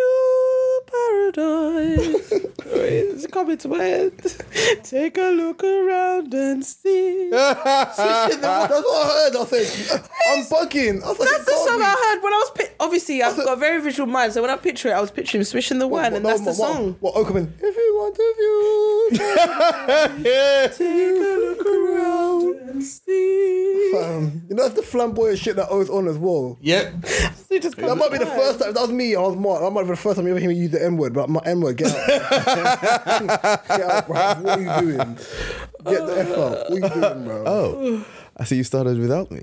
you want to view paradise, Oh, it's coming to my head. Take a look around and see. That's what I heard. I said, I'm bugging. I was like, That's it the can't song be. I heard when I was pi- obviously I've got a very visual mind, so when I picture it, I was picturing smishing the wine, and No, that's the what- what- song. What Okerman? If you want to view. Take a look around and see. Um, you know, that's the flamboyant shit that I was on as well. Yep. So just That might be the first time. That was me. I was Mark. That might be the first time you ever hear me use the N word. But my N word, get out. get out, bro. What are you doing? Get the F out. What are you doing, bro? Oh, I see you started without me.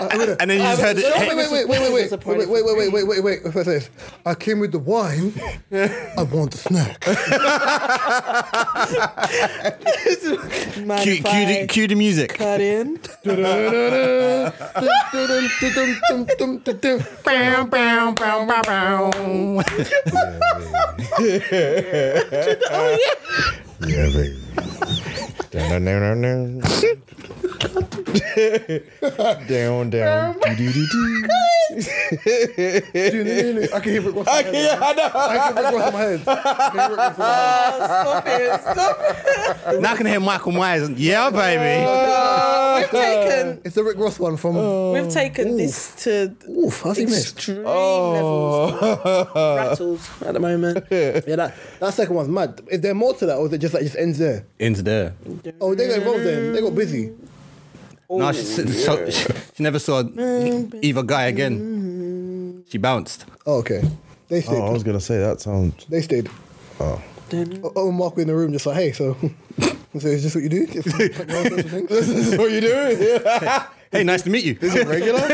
And then you just heard Oh, Wait, "Oh wait, wait, wait, it. wait, wait, Disappointed wait, wait, wait, wait, wait, wait, wait, wait. First this. I came with the wine. I want the snack. Mind Cue, if cue, I the, cue the music. cut in. yeah, baby. down, down, down, down. down, down. Doo-doo-doo-doo. I can hear it across my head. yeah, I know. I can hear it across my head. I can hear it across my head. Stop it! Stop it! Now I can hear Michael Myers. Yeah, baby. We've taken It's the Rick Ross one from. we've taken this to Oof, how's he missed? extreme levels Oh, Oh. of rattles at the moment. Yeah, that, that second one's mad. Is there more to that, or is it just like it just ends there? Into there. Oh, they got involved then. They got busy. No, she, so, she, she never saw either guy again. She bounced. Oh, okay. They stayed. Oh, I was gonna say that sounds. They stayed. Oh. Oh, oh, Mark were in the room, just like, hey, so, so is this what you do? Just like nonsense and things? This is what you do. Hey, nice to meet you. regular.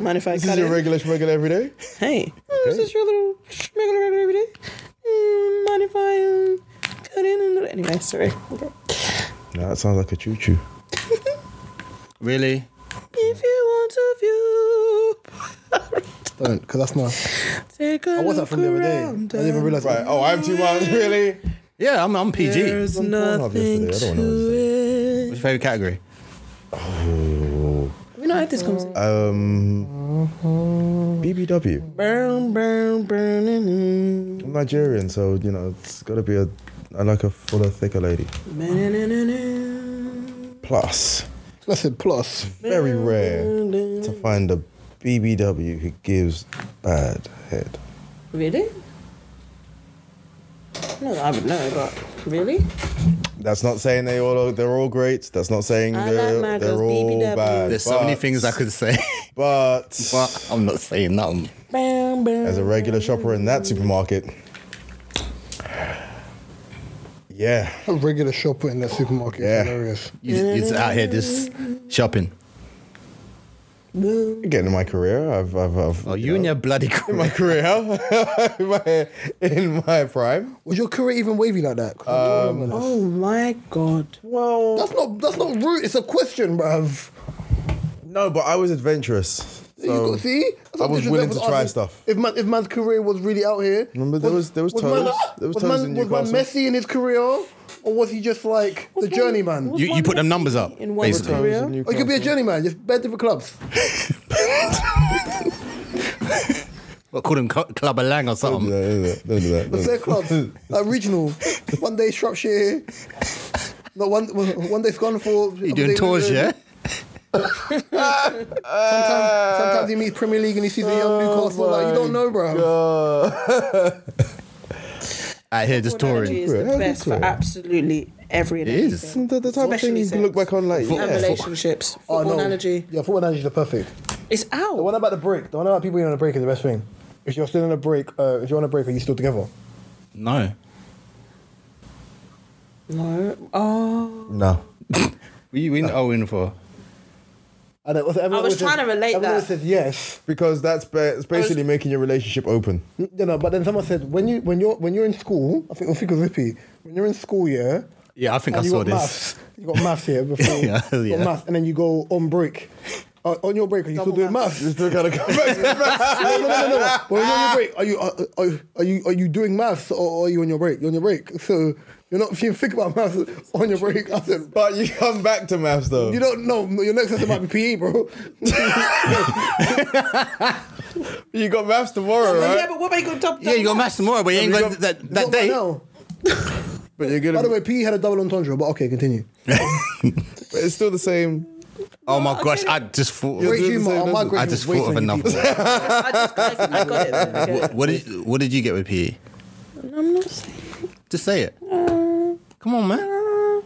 Mind if I This cut is your in? regular, regular every day. Hey, oh, is this your little regular regular every day? Mm, mind if I um, cut in? And... Anyway, sorry. Nah, that sounds like a choo choo. Really? If you want to view, Don't, because that's my. take a I was look that from the other day. I around. didn't even realize. Right. Oh, I'm too much. Really? Yeah, I'm, I'm PG. What's There's nothing yesterday. I don't wanna to your it. favorite category? We not had this conversation. Uh, Um. BBW. Burn, burn, burn, I'm Nigerian, so you know it's gotta be a. I like a fuller, thicker lady. Plus, Listen, plus. very rare to find a BBW who gives bad head. Really? No, I would know, but really? That's not saying they all are, they're all great. That's not saying I like they're, my they're girls all BBW. bad. There's so many but- things I could say, But, but I'm not saying nothing. Bam, bam. as a regular shopper in that supermarket, yeah, A regular shopper in the supermarket. Yeah. Yeah. Hilarious. You, you're out here just shopping. again in my career, I've I've, I've Oh, you and your bloody in my career. career, in my- in my prime. Was your career even wavy like that? 'Cause I Um, don't remember this. Oh my god. Well, That's not that's not rude. It's a question, bruv. no, but I was adventurous. You got- So, see, That's I what was willing to disrespectful try asking. stuff. If man, if man's career was really out here, Remember, there was- there was man- toes. There was toes man, in was man Newcastle. messy in his career, or was he just like What's the wrong- journeyman? what's You- you wrong put them with numbers up, in one basically. career? Or you could be a journeyman, just bed different clubs. What, call him Cl- Club a Lang or Don't do something. that, don't do that, don't do that, don't do Their that. clubs, like regional. One day Shropshire, not one one day Scunthorpe. You doing tours, yeah? Sometimes, sometimes he meets Premier League and he sees a Oh young Newcastle. Like you don't know, bro. Out here just Technology touring. is Career, the best for career. absolutely every. It is. Isn't that the type of thing Especially you can look sex. back on like And yeah. relationships. Oh, Football analogy. Yeah, football analogies are perfect. It's out. The one about the break, the one about people being on a break is the best thing. If you're still on a break, uh, if you're on a break, are you still together? No. no. Oh. no We, we know what we're in for. I And it was, everyone was always trying says- to relate Everyone that. says yes. Because that's ba- it's basically making your relationship open. You know, but then someone said when you when you're when you're in school, I think I think it was Rippy. When you're in school, yeah. Yeah, I think and I you saw got this. Maths, you got maths here before. Yeah, you got yeah. maths, and then you go on break. Uh, on your break, are you still doing maths? You still gotta come back to that. no, no, no, no, no. Well, you're on your break. Are you are, are, are you are you doing maths or are you on your break? You're on your break, so you're not if you think about maths on your break. I said, But you come back to maths though. you don't know. Your next lesson might be PE, bro. You got maths tomorrow, Yeah, right? but what about you got top? Yeah, you got maths tomorrow, but you ain't but you got got- that, Not that right day. now. But you're By gonna. the way, PE had a double entendre, but okay, continue. but it's still the same. Oh my gosh, I just thought. Great doing the humor same on my lesson. grade I was just way thought of too many another people. one. I just got, I got it. Okay. What did What did you get with PE? I'm not saying. Just say it. Uh, Come on, man. No,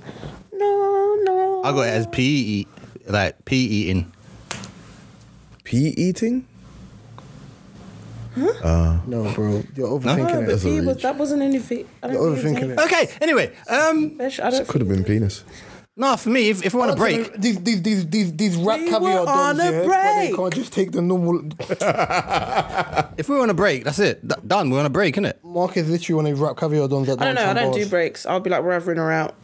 no, no. I got it as PE, like E PE eating. Pea eating? No, bro, you're overthinking No, it. but a he was, reach. that wasn't anything. I don't You're think it was overthinking it. Okay. Anyway, um, anything special. I don't Could have been penis. nah, for me, if, if I want a break, These these these these these rap We caviar were on dons, a yeah, where they break. can't just take the normal. if we're on a break, that's it. D- done. We're on a break, innit? Mark is literally one of these rap caviar dons. That I don't know. I time don't do bars. breaks. I'll be like, we're either in or out.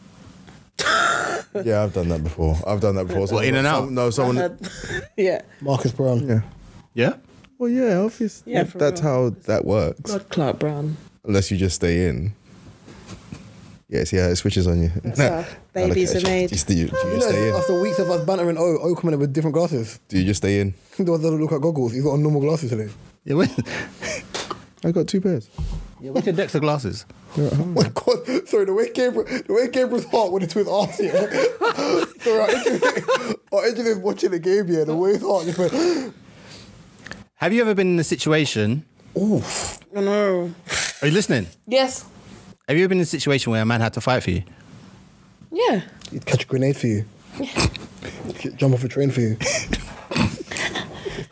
Yeah, I've done that before. I've done that before. Someone- in and out? some- No, someone. Uh, yeah. Marcus Brown. yeah. Yeah. Well, yeah, obviously. Yeah, for that's real. how that works. God, Clark Brown. Unless you just stay in. Yeah, see how it switches on you. That's how babies are made. Just, do you, do you You just know, stay in? after weeks of us bantering, oh, oh, coming in with different glasses. Do you just stay in? The ones that look like goggles. He's got on normal glasses today. Yeah. Where, I got two pairs. yeah, where's your Dexter glasses? Oh my god! Sorry, the way Gabriel, the way Gabriel's heart went into his arse here. Sorry, our engineer- our engineer's watching the game here. The way his heart just went. Have you ever been in a situation? Oof. I know. Are you listening? Yes. Have you ever been in a situation where a man had to fight for you? Yeah. He'd catch a grenade for you. Jump off a train for you.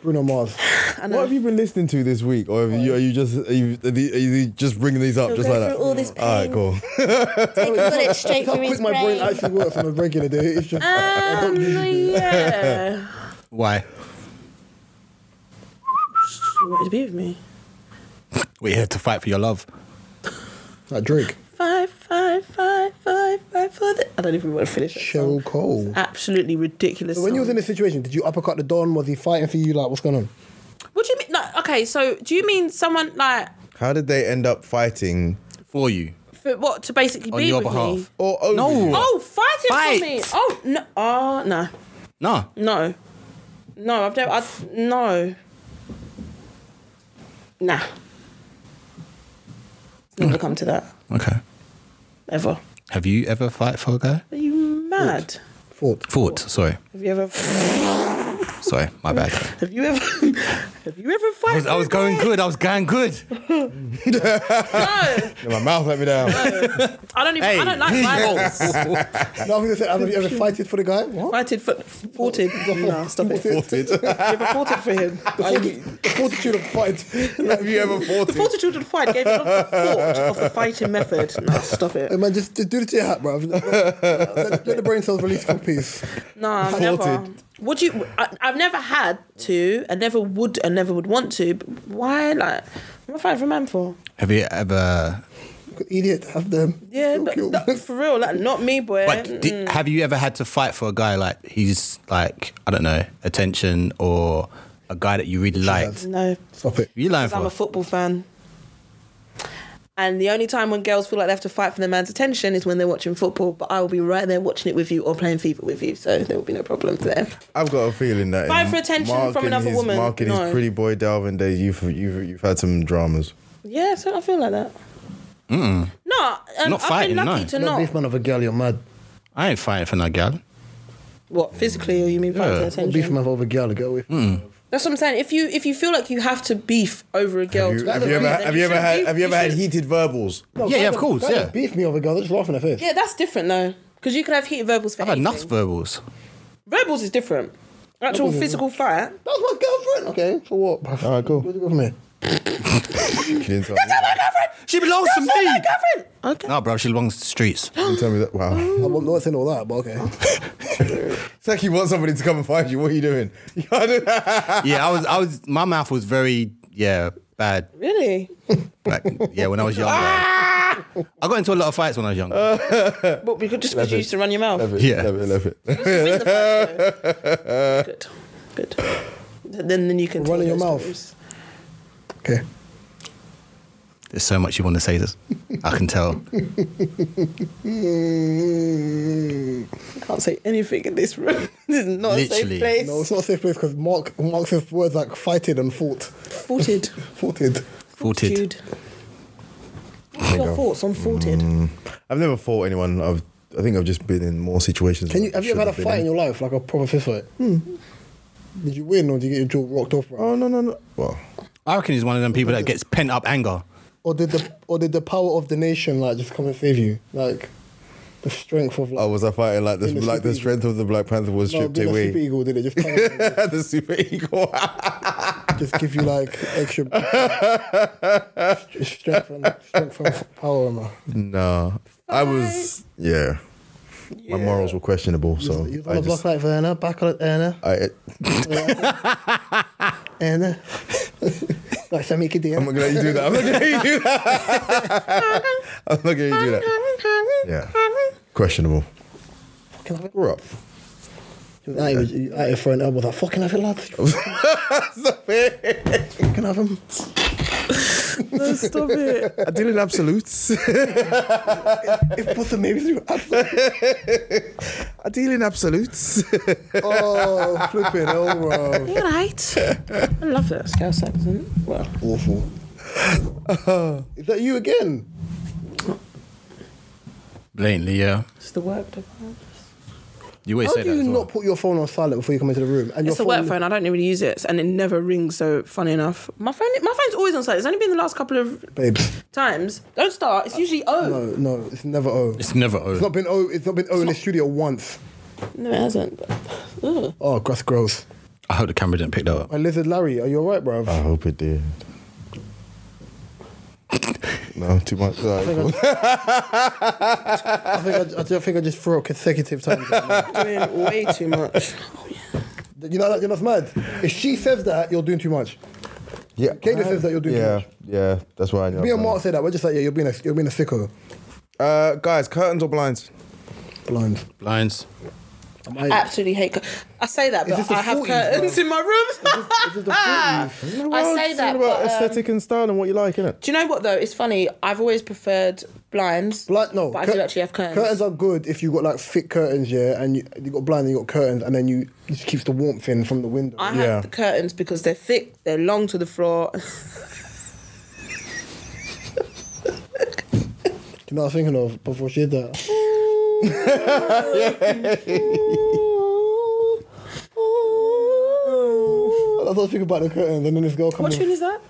Bruno Mars. What have you been listening to this week, or have you, are you just are you, are you- are you just bringing these up He'll just go like that? through all this All right, pain. cool. They put it straight Uh, How through quick his my brain brain. actually works on a regular day. It's just Um, yeah. Why? She wanted to be with me. We had to fight for your love. like Drake. Five, five, five, five, five for the. I don't even want to finish it. Cheryl Cole. Absolutely ridiculous. So when you was song. in this situation, did you uppercut the Don? Was he fighting for you? Like, what's going on? What do you mean? No, okay, so do you mean someone like How did they end up fighting? For you. for what to basically On be your with behalf. me? Or over No. you? Oh, fighting Fight. for me! Oh no! Oh no! Nah. No! No! I've never. I, no. Nah. It's never come to that Okay. ever. Have you ever fight for a guy? Are you mad? Fought. Fought. Sorry. Have you ever? Sorry. My bad. Have you ever? Have you ever I fight? was, I was going good. I was going good. No. Yeah, my mouth let me down. I don't even. I don't like violence. Nothing to say. Have you ever fighted for the guy? What? Fighted for forted. No, stop it. You ever forted for him? The fortitude of fight. have you ever fought? The fortitude of the fight gave it the thought of the fighting method. No, stop it. Hey man, just, just do the to your hat, bro. Let let the brain cells release for peace. No, I've never. Thwarted. Would you? I, I've never had to. I never would. I never would want to. But why? Like, what am I fighting for a man for? Have you ever? Idiot, have them. Yeah, Kill, but kill. no, for real, like, not me, boy. But di- have you ever had to fight for a guy like he's like I don't know attention or a guy that you really liked? Mm, no, Stop it. You lying 'cause I'm for? a football fan. And the only time when girls feel like they have to fight for their man's attention is when they're watching football. But I will be right there watching it with you or playing FIFA with you, so there will be no problems there. I've got a feeling that Fight in for attention from Mark and another his, woman? Mark and his No. pretty boy Dalvin days, you've, you've you've had some dramas. Yeah, so I feel like that. No, um, Not I've fighting, been lucky no. to That not. beef man of a girl, you're mad. I ain't fighting for no gal. What physically, or you mean fighting Yeah. for That attention? beef man of a girl, get away. Mm. That's what I'm saying. If you if you feel like you have to beef over a girl, Have you, to have another you ever girl, have then you ever shouldn't had be- have you ever had shouldn't- heated verbals? Yeah, yeah, of course, yeah. Beef me of a girl, they're just laughing at face. Yeah, that's different though, because you could have heated verbals for I've had enough anything. verbals. Verbals is different. Actual Verbals is- physical fight. That was my girlfriend. Okay, so what? bruv? All right, cool. Where'd you go from here? You didn't tell me. She belongs to me. Different. Okay. No, bro, she belongs to the streets. You didn't tell me that. Wow. I'm not saying all that, but okay. It's like you want somebody to come and find you. What are you doing? yeah, I was, I was, my mouth was very, yeah, bad. Really? Back, yeah, when I was younger. I got into a lot of fights when I was younger. But we could just because you used to run your mouth. Yeah. Love it, love it. Win the fight, though. Good. Good. Then, then you can Run tell in your those mouth. stories. Okay. There's so much you want to say this. I can tell. Mm. I can't say anything in this room. this is not Literally. a safe place. No, it's not a safe place because Mark Mark says words like fighted and fought. Forted. Foughted. Forted. What are your thoughts on forted? I've never fought anyone. I've, I think I've just been in more situations. Can than you I have you ever should had a been fight in in. your life, like a proper fist fight? Did you win or did you get your jaw rocked off? bro? Oh no no no. Well, I reckon he's one of them people that gets pent up anger. Or did the or did the power of the nation like just come and save you? Like the strength of like oh, was I fighting like this? In the Like the Super strength of the Black Panther was no, Oh, stripped being a super away. eagle did it just come and the super eagle. just give you like extra strength and strength and power, man. no, I was. Yeah. My morals were questionable, so You on I the block just. like Werner, back on Werner, I, Werner. Like Sammy I'm Kadir. not gonna let you do that. I'm not gonna let you do that. I'm not gonna let you do that. Yeah. Questionable. Grow up. I was I was throwing elbows like fucking have it, lads. fucking have him. Stop it. I deal in absolutes. If possible, maybe through absolute. I deal in absolutes. Oh, flipping hell, bro. All right. I love that Scouse accent. Well, Awful. Is that you again? Blatantly, yeah. It's the work done. You always How say do that. you as well. not put your phone on silent before you come into the room? And your it's a work phone. I don't really use it, and it never rings. So funny enough, my phone, my phone's always on silent. It's only been the last couple of babes. times. Don't start. It's usually No, oh. no, it's never O. It's It's never over. not been O. It's not been O in the studio once. No, it hasn't. but- Ugh. Oh, that's gross. I hope the camera didn't pick that up. My lizard, Larry, are you alright, bruv? I hope it did. No, too much. All right, cool. I think I, I think I just threw up consecutive times. you Doing way too much. Oh, know that you're not mad. If she says that, you're doing too much. Yeah, Kayla says that you're doing too Yeah, much. yeah, that's why I know. Me and Mark said that. We're just like, yeah, you're being a you're being a sicko. Uh, guys, curtains or blinds? Blind. Blinds. Am I, Absolutely hate. cur- I say that, Is but this the I have 40s, curtains bro? in my room. Is this the fruit leaf? I say that, but, um, and style and what you like, innit? Do you know what though? It's funny. I've always preferred blinds. Blind, no. but I cur- do actually have curtains. Curtains are good if you got like thick curtains, yeah, and you, you got blind and you got curtains, and then you it just keeps the warmth in from the window. I Yeah. have the curtains because they're thick, they're long to the floor. you know what I was thinking of before she did that? I was thinking about the curtains, and then this girl what comes. tune is that?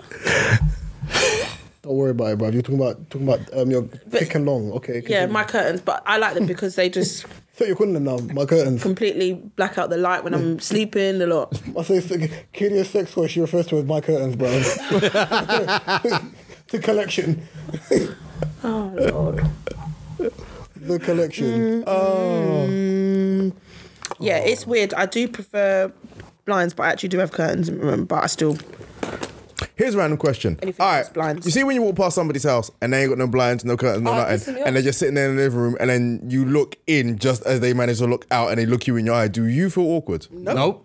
Don't worry about it, bruv. You're talking about talking about um, your thick and long. Okay. Yeah, continue. my curtains, but I like them because they just So you're calling them now, my curtains. completely black out the light when I'm sleeping a lot. I say Katie sex toy she refers to as my curtains, bro. the collection. Oh lord. The Mm. collection. Yeah, it's weird. I do prefer blinds, but I actually do have curtains in my room, but I still Here's a random question. Anything All that's right, blinds. you see when you walk past somebody's house and they ain't got no blinds, no curtains, no Oh, it pisses nothing, me off. and they're just sitting there in the living room, and then you look in just as they manage to look out, and they look you in your eye. Do you feel awkward? Nope.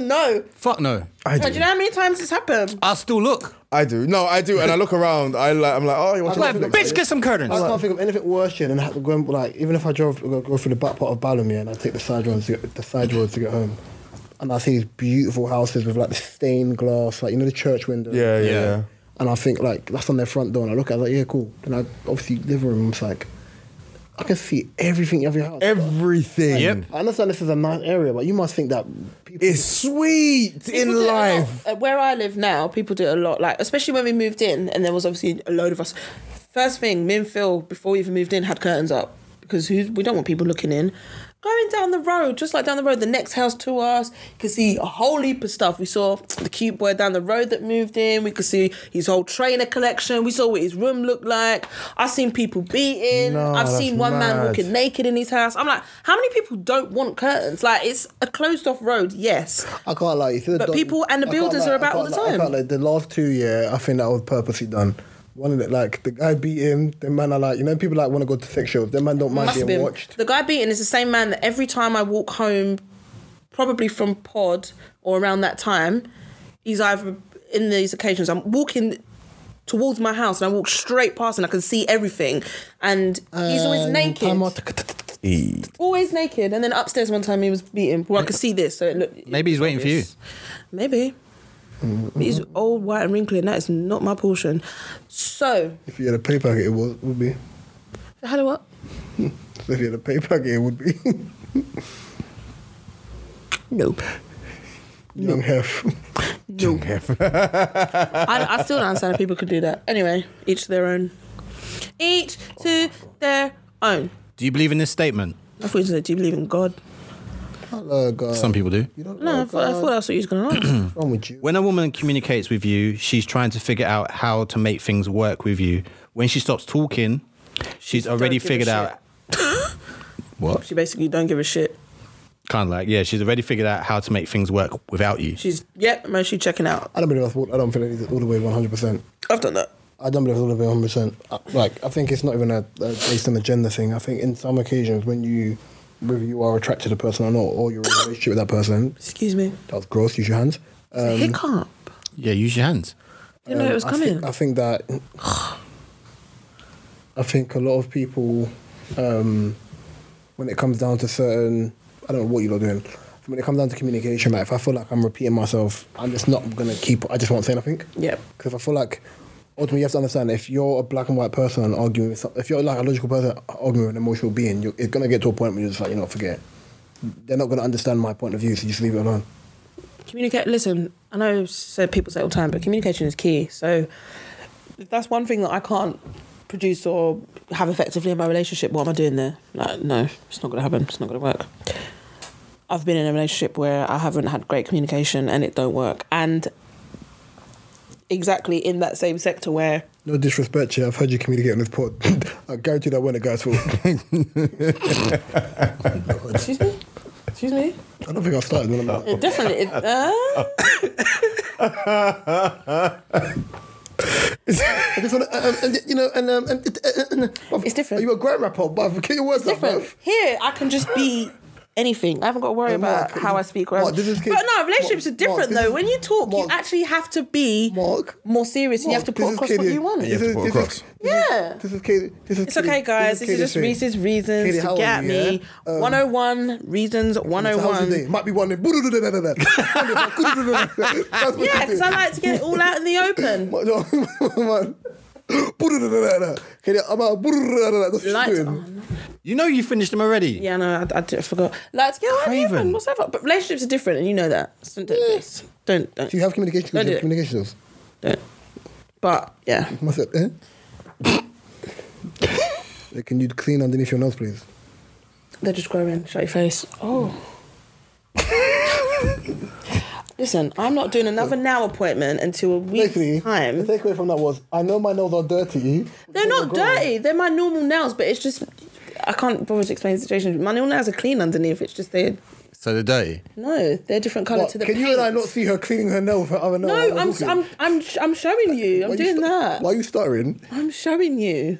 No. Fuck no. I Do you know how many times it's happened? I still look. I do. No, I do, and I look around. I like, I'm like, oh, you're watching Like, Netflix. bitch, get some curtains. I can't think of anything worse than have to go and, like even if I drove go, go through the back part of Balham yeah, and I take the side roads to get the side roads to get home. And I see these beautiful houses with like the stained glass, like you know the church window. Yeah, yeah, Yeah. yeah. And I think like that's on their front door and I look at it like, yeah, cool. And I obviously living room it's like I can see everything of your house. Everything Yep. I understand this is a nice area, but you must think that people is sweet People in do it a lot. life. Uh, Where I live now, people do it a lot. Like, especially when we moved in, and there was obviously a load of us. First thing, me and Phil, before we even moved in, had curtains up because who's we don't want people looking in. Going down the road, just like down the road, the next house to us, you could see a whole heap of stuff. We saw the cute boy down the road that moved in. We could see his whole trainer collection. We saw what his room looked like. I've seen people beating. No, I've that's seen one man mad. walking naked in his house. I'm like, how many people don't want curtains? Like, it's a closed off road, yes. I can't lie. It's the But people and the I can't builders are I about all can't the lie, I time. can't lie, The last two, yeah, I think that was purposely done. One of the, like, the guy beat him, the man are like, you know, people like want to go to sex shows. The man don't mind Must have being been. watched. The guy beaten is the same man that every time I walk home, probably from pod or around that time, he's either in these occasions I'm walking towards my house and I walk straight past and I can see everything, and he's always naked, Time out. always naked. And then upstairs one time he was beaten. Well, I could see this, so it looked. Maybe he's waiting for you. Maybe. But He's old, white, and wrinkly, and that is not my portion. So, If you had a pay packet, it would, would be. how do I? So if you had a pay packet, it would be. Nope. Young Hef. I, I still don't understand how people could do that. Anyway, each to their own. Each to their own. Do you believe in this statement? I thought you said, do you believe in God? Oh, God. Some people do. You don't No, I know thought, I thought that's what you was going to ask. what's wrong with you. When a woman communicates with you, she's trying to figure out how to make things work with you. When she stops talking, she's already give a figured shit. out. what? she basically don't give a shit. Kind of like, yeah, she's already figured out how to make things work without you. She's, yep, mostly checking out. I don't believe that's, I don't think it's all the way 100%. I've done that. I don't believe it's all the way 100%. Uh, Like, I think it's not even a, a based on a gender thing. I think in some occasions when you, whether you are attracted to a person or not, or you're in a relationship with that person, Excuse me. that was gross, use your hands. Um, It's Um, a hiccup. Yeah, use your hands. Didn't um, know it was I coming. Think, I think that I think a lot of people, um, when it comes down to certain, I don't know what you're doing. When it comes down to communication, like if I feel like I'm repeating myself, I'm just not gonna keep. I just won't say nothing. Yep. Because I feel like ultimately you have to understand if you're a black and white person arguing with, some- if you're like a logical person arguing with an emotional being, you're, it's gonna get to a point where you're just like, you know, forget. it. They're not gonna understand my point of view, so just leave it alone. communicate listen i know so people say all the time but communication is key so that's one thing that i can't produce or have effectively in my relationship what am i doing there like no it's not going to happen it's not going to work i've been in a relationship where i haven't had great communication and it don't work and exactly in that same sector where No disrespect to you, I've heard you communicate on this pod. I guarantee that when a guy's fault. excuse me excuse me I don't think I started when I'm like, it definitely it, uh, I just want to, um, and, you know, and, um, and, and, and It's different. Are you a grime rapper, bruv? Get your words out, different. bruv. Here, I can just be anything. I haven't got to worry Hey, about Mark, how you- I speak. Or Mark, whatever. this is kid- but no, relationships Mark, are different Mark, though. this When you talk, Mark. you actually have to be Mark. more serious. and you have to This put is across kid- what you want. this You have to is- put this across. is- Yeah. This is Katie. This is It's Katie- okay, guys. This is Katie's just thing. Reese's reasons Katie, how to old get are you, me. yeah? Um, 101 reasons. so how's your day? 101. Might be one day. That's what Yeah, you because do. I like to get it all out in the open. What- no, man. Katie, I'm out. That's what she's Lights doing. on. You know you finished them already. Yeah, no, I, I, did- I forgot. Like to get out in the Craven. open, whatever. But relationships are different, and you know that. So don't, do this. don't, don't, Do you have communication Don't skills? Do you do have it. communication skills? don't. But yeah. I said, eh? Can you clean underneath your nose, please? They're just growing. Shut your face. Oh. Listen, I'm not doing another now appointment until a week's Basically, time. the takeaway from that was I know my nails are dirty. They're not dirty. They're my normal nails, but it's just I can't bother to explain the situation. My normal nails are clean underneath. It's just they So they're dirty. no, they're different colour What, to the. can you and I paint. not see her cleaning her nail with her other nail? while No, we're I'm talking? I'm I'm I'm showing you. Why I'm you doing stu- that. Why are you stuttering? I'm showing you.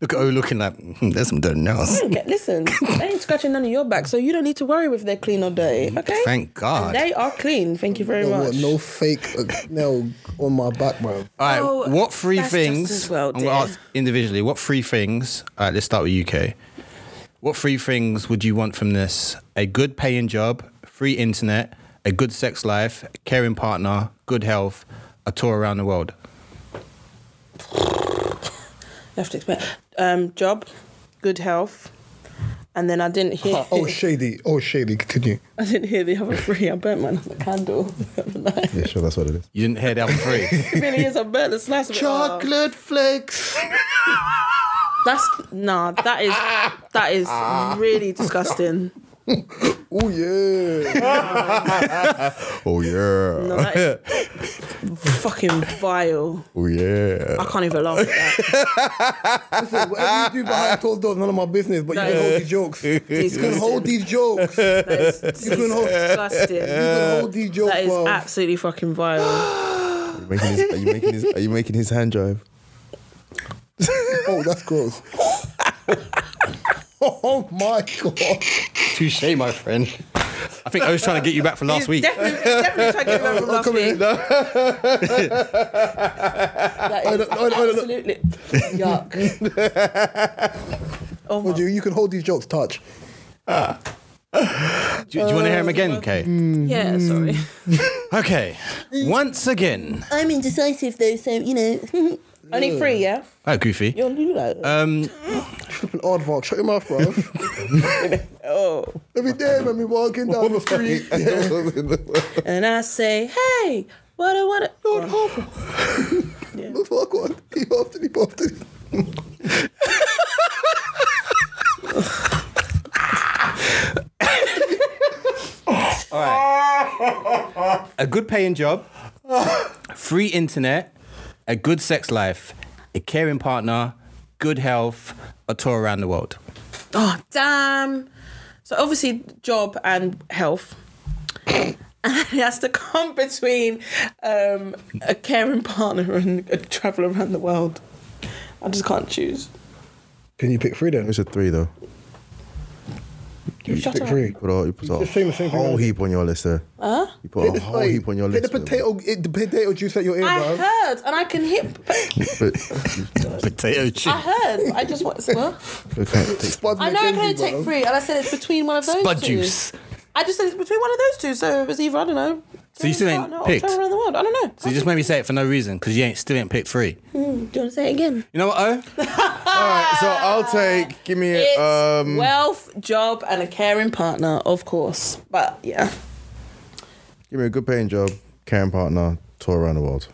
Look at her looking like, "Hmm, there's some dirty nails. Don't get- Listen, they ain't scratching none of your back, so you don't need to worry if they're clean or dirty. Okay. Thank God. They are clean. Thank you very No, much. what, no fake uh, nail on my back, bro. All right, Oh, what three that's just things? as well, I'm gonna dear. ask individually. What three things? All right, let's start with UK. What three things would you want from this? A good paying job, free internet, a good sex life, a caring partner, good health, a tour around the world. You have to explain. Um, job, good health, and then I didn't hear. Oh, shady. Oh, shady. Continue. I didn't hear the other three. I burnt mine on the candle the other night. Yeah, sure, that's what it is. You didn't hear that for free. It really is. I burnt a slice of it. Oh. Chocolate flakes. That's nah. That is that is really disgusting. Oh yeah. oh yeah. No, that is fucking vile. Oh yeah. I can't even laugh at that. Listen, whatever you do behind closed doors, none of my business. But you That can is- hold these jokes. You can Disgusting. hold these jokes. You That is can hold- disgusting. can hold these jokes. That is bruv. absolutely fucking vile. Are you making his, are you making his, are you making his hand drive? Oh, that's gross. oh my god. Touche, my friend. I think I was trying to get you back from last week. Definitely, definitely try to get over last week. That I is don't- I don't- I don't- absolutely yuck. Oh my Would you, you can hold these jokes touch. Do, do you want to hear him again, Kay? yeah, sorry. Okay. Once again. I'm indecisive though, so you know. Only three, yeah. Oh, Goofy. You're Lulu. Uh, Um, Flipping aardvark. Shut your mouth, bro. oh, Every day when we walking down the street. And I say, hey, what a what a. Look fuck one. He buffed it, he buffed it. a good paying job, free internet, a good sex life, a caring partner, good health, a tour around the world. Oh, damn. So obviously, job and health. And it has to come between um, a caring partner and a travel around the world. I just can't choose. Can you pick three then? It's a three though. You shut pick up. three. You put a, you put a Just saying the same thing, whole man. heap on your list there. Huh? You put a whole heap on your Hit list. the potato, hit the potato juice at your ear, I bro. heard, and I can hit. Potato I chip. heard. but I just want. Well, Spud I know I can only McKenzie, take bro. three, and I said it's between one of those Bud two. juice. I just said it's between one of those two, so it was either I don't know. So you still ain't partner or picked? Travel around the world. I don't know. So you just made me say it for no reason because you ain't still ain't picked three. Do you want to say it again? You know what? Oh, All right, so I'll take. Give me It's um. wealth, job, and a caring partner, of course. But yeah, Give me a good paying job, caring partner, tour around the world.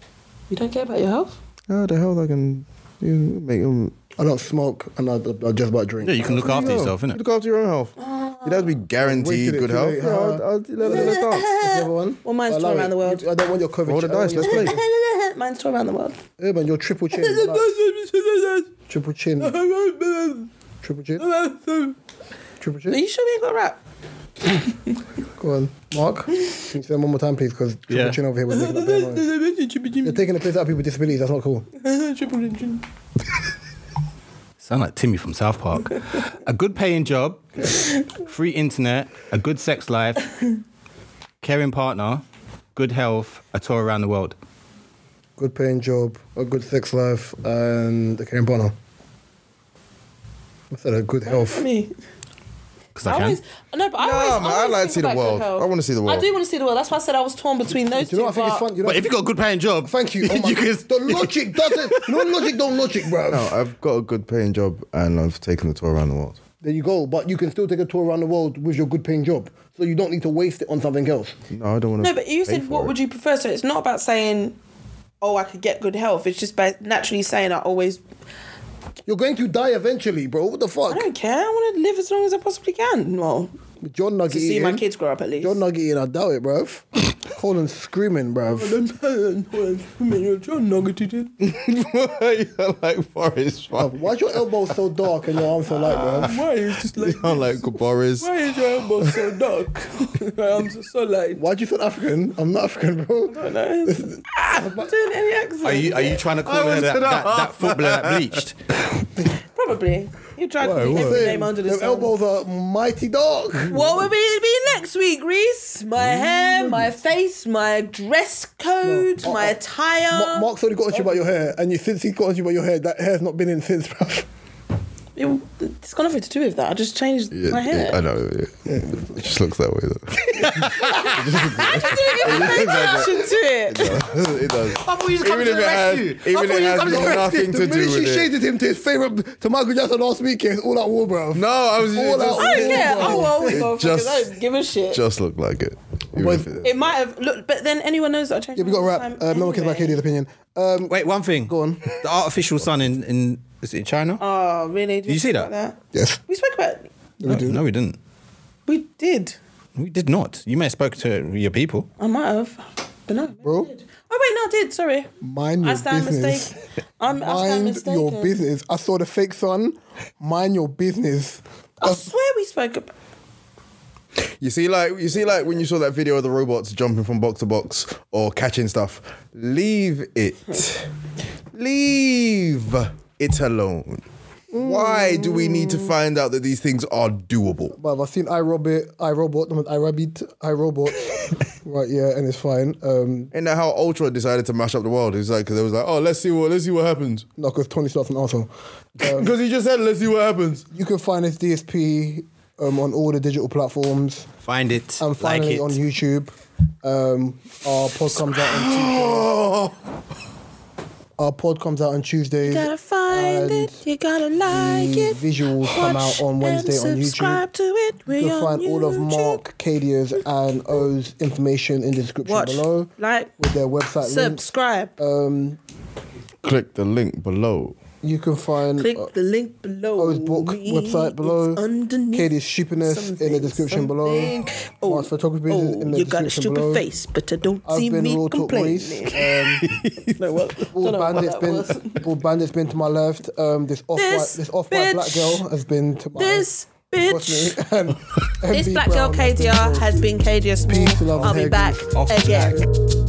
you don't care about your health. Oh, the hell I can you make them. I don't smoke and I, I just about drink. yeah, you can look after yourself, You innit? Look after your own health. Ah. You'd have to be guaranteed Wasted it good too health. late, Yeah, huh? I'll, I'll, let, let, us dance. Whichever one. Well, mine's Allow tour it. around the world. I don't want your COVID. Roll the dice. Let's play. Mine's tour around the world. Yeah, man, you're triple chin. relax. Triple chin. Triple chin. Triple Are chin. you sure we ain't got a rap? Go on, Mark. Can you say that one more time, please? Because triple Yeah. chin over here was making a bit of noise. You're taking the piss out of people with disabilities. That's not cool. Sound like Timmy from South Park. a good paying job, free internet, a good sex life, caring partner, good health, a tour around the world. Good paying job, a good sex life, and a caring partner. I said a good health. Me. Because I I can. always, no, but I Nah, always, man, I always like think to see the about good world. health. I wanna see the world. I do want to see the world. That's why I said I was torn between those Do you know two. what I think it's but- fun? You know, But if you got a good paying job, thank you. Oh my, you can, the logic doesn't. No logic, don't logic, bro. No, I've got a good paying job and I've taken the tour around the world. There you go. But you can still take a tour around the world with your good paying job. So you don't need to waste it on something else. No, I don't want to. No, but you said what would you prefer? So it's not about saying, oh, I could get good health. It's just by naturally saying I always. You're going to die eventually, bro. What the fuck? I don't care. I want to live as long as I possibly can. Well, John Nugget. to see my eating. kids grow up at least. John Nugget eating, I doubt it, bruv. Colin screaming, Oh, bruv. You're like Boris. Why Why's your elbow so dark and your arm so light, bruv? You're like Boris. is your elbow so dark? I'm so light. Why'd you sound African? I'm not African, bro. Ah, doing any accent? Are you are you trying to call her that, that, that footballer that bleached? Probably. You tried to Whoa, pick whoa. every name under the Your sun. elbows are mighty dark. What will be, be next week, Reese? My hair, my face, my dress code, No. my Oh, oh. attire. Ma- Mark's already got on to you about your hair, and you since he got on to you about your hair, that hair's not been in since, bruv. It- It's got nothing to do with that. I just changed Yeah, my hair. yeah, I know. yeah. It just looks that way though. I didn't even pay attention to it. it does. I thought you was coming to the rescue. I even thought it you was has coming to the nothing the to minute do she with it. shaded him to his favourite, to Michael Jackson last weekend, all out war, bruv. No, I was All it out just, I don't care. I will always It oh, go just, just- I don't give a shit. just looked like it. even Well, if it- it might have looked, but then anyone knows that I changed. uh, Yeah, we got a wrap. Uh, No one cares about Katie's opinion. Um, Wait, one thing. Go on. The artificial sun in, in Is it in China? Oh, really? Did we you see talk that? about Yes. We spoke about. no, no, we didn't. We did. We did not. You may have spoken to your people. I might have. But no, maybe Bro. I did. Oh wait, no, I did. Sorry. Mind I your stand business. mistaken. I'm, I stand Mind mistaken. your business. I saw the fake son. Mind your business. I swear we spoke about. You see, like you see, like when you saw that video of the robots jumping from box to box or catching stuff. Leave it. Leave it alone. Why do we need to find out that these things are doable? But I've seen iRobot, iRobot, no, iRabbit, iRobot. right, yeah, and it's fine. Um, Isn't that how Ultra decided to mash up the world? It's like because they was like, oh, let's see what let's see what happens. no, because Tony Stark's an arsehole. Because he just said, let's see what happens. You can find this DSP um, on all the digital platforms. Find it. And like finally it. on YouTube. Um, our pod comes out on Tuesday. Oh, Our pod comes out on Tuesdays. gotta find and it. You gotta like the it. visuals come Watch out on Wednesday and on YouTube. subscribe to it. We're You'll on find all of YouTube. Mark, Cadia's, and O's information in the description Watch, below like, with their website links. subscribe. Um, click the link below. you can find Click uh, the link below. O's book Read website below, It's underneath. Cadia's stupidness in the something, description below, something. Oh, Mark's photography is in the you got a description stupid below. face, but I don't see I've been me Raw Talk Waste. complaining. Um, No, well, don't all know what bandits that was. been all bandits been to my left. Um, this off white This this off white black bitch. girl has been to my This bitch. Trust me. And This MB black girl Brown has been KDR has been KDR Small. Peace, love, I'll be hair back grease. Off again. black.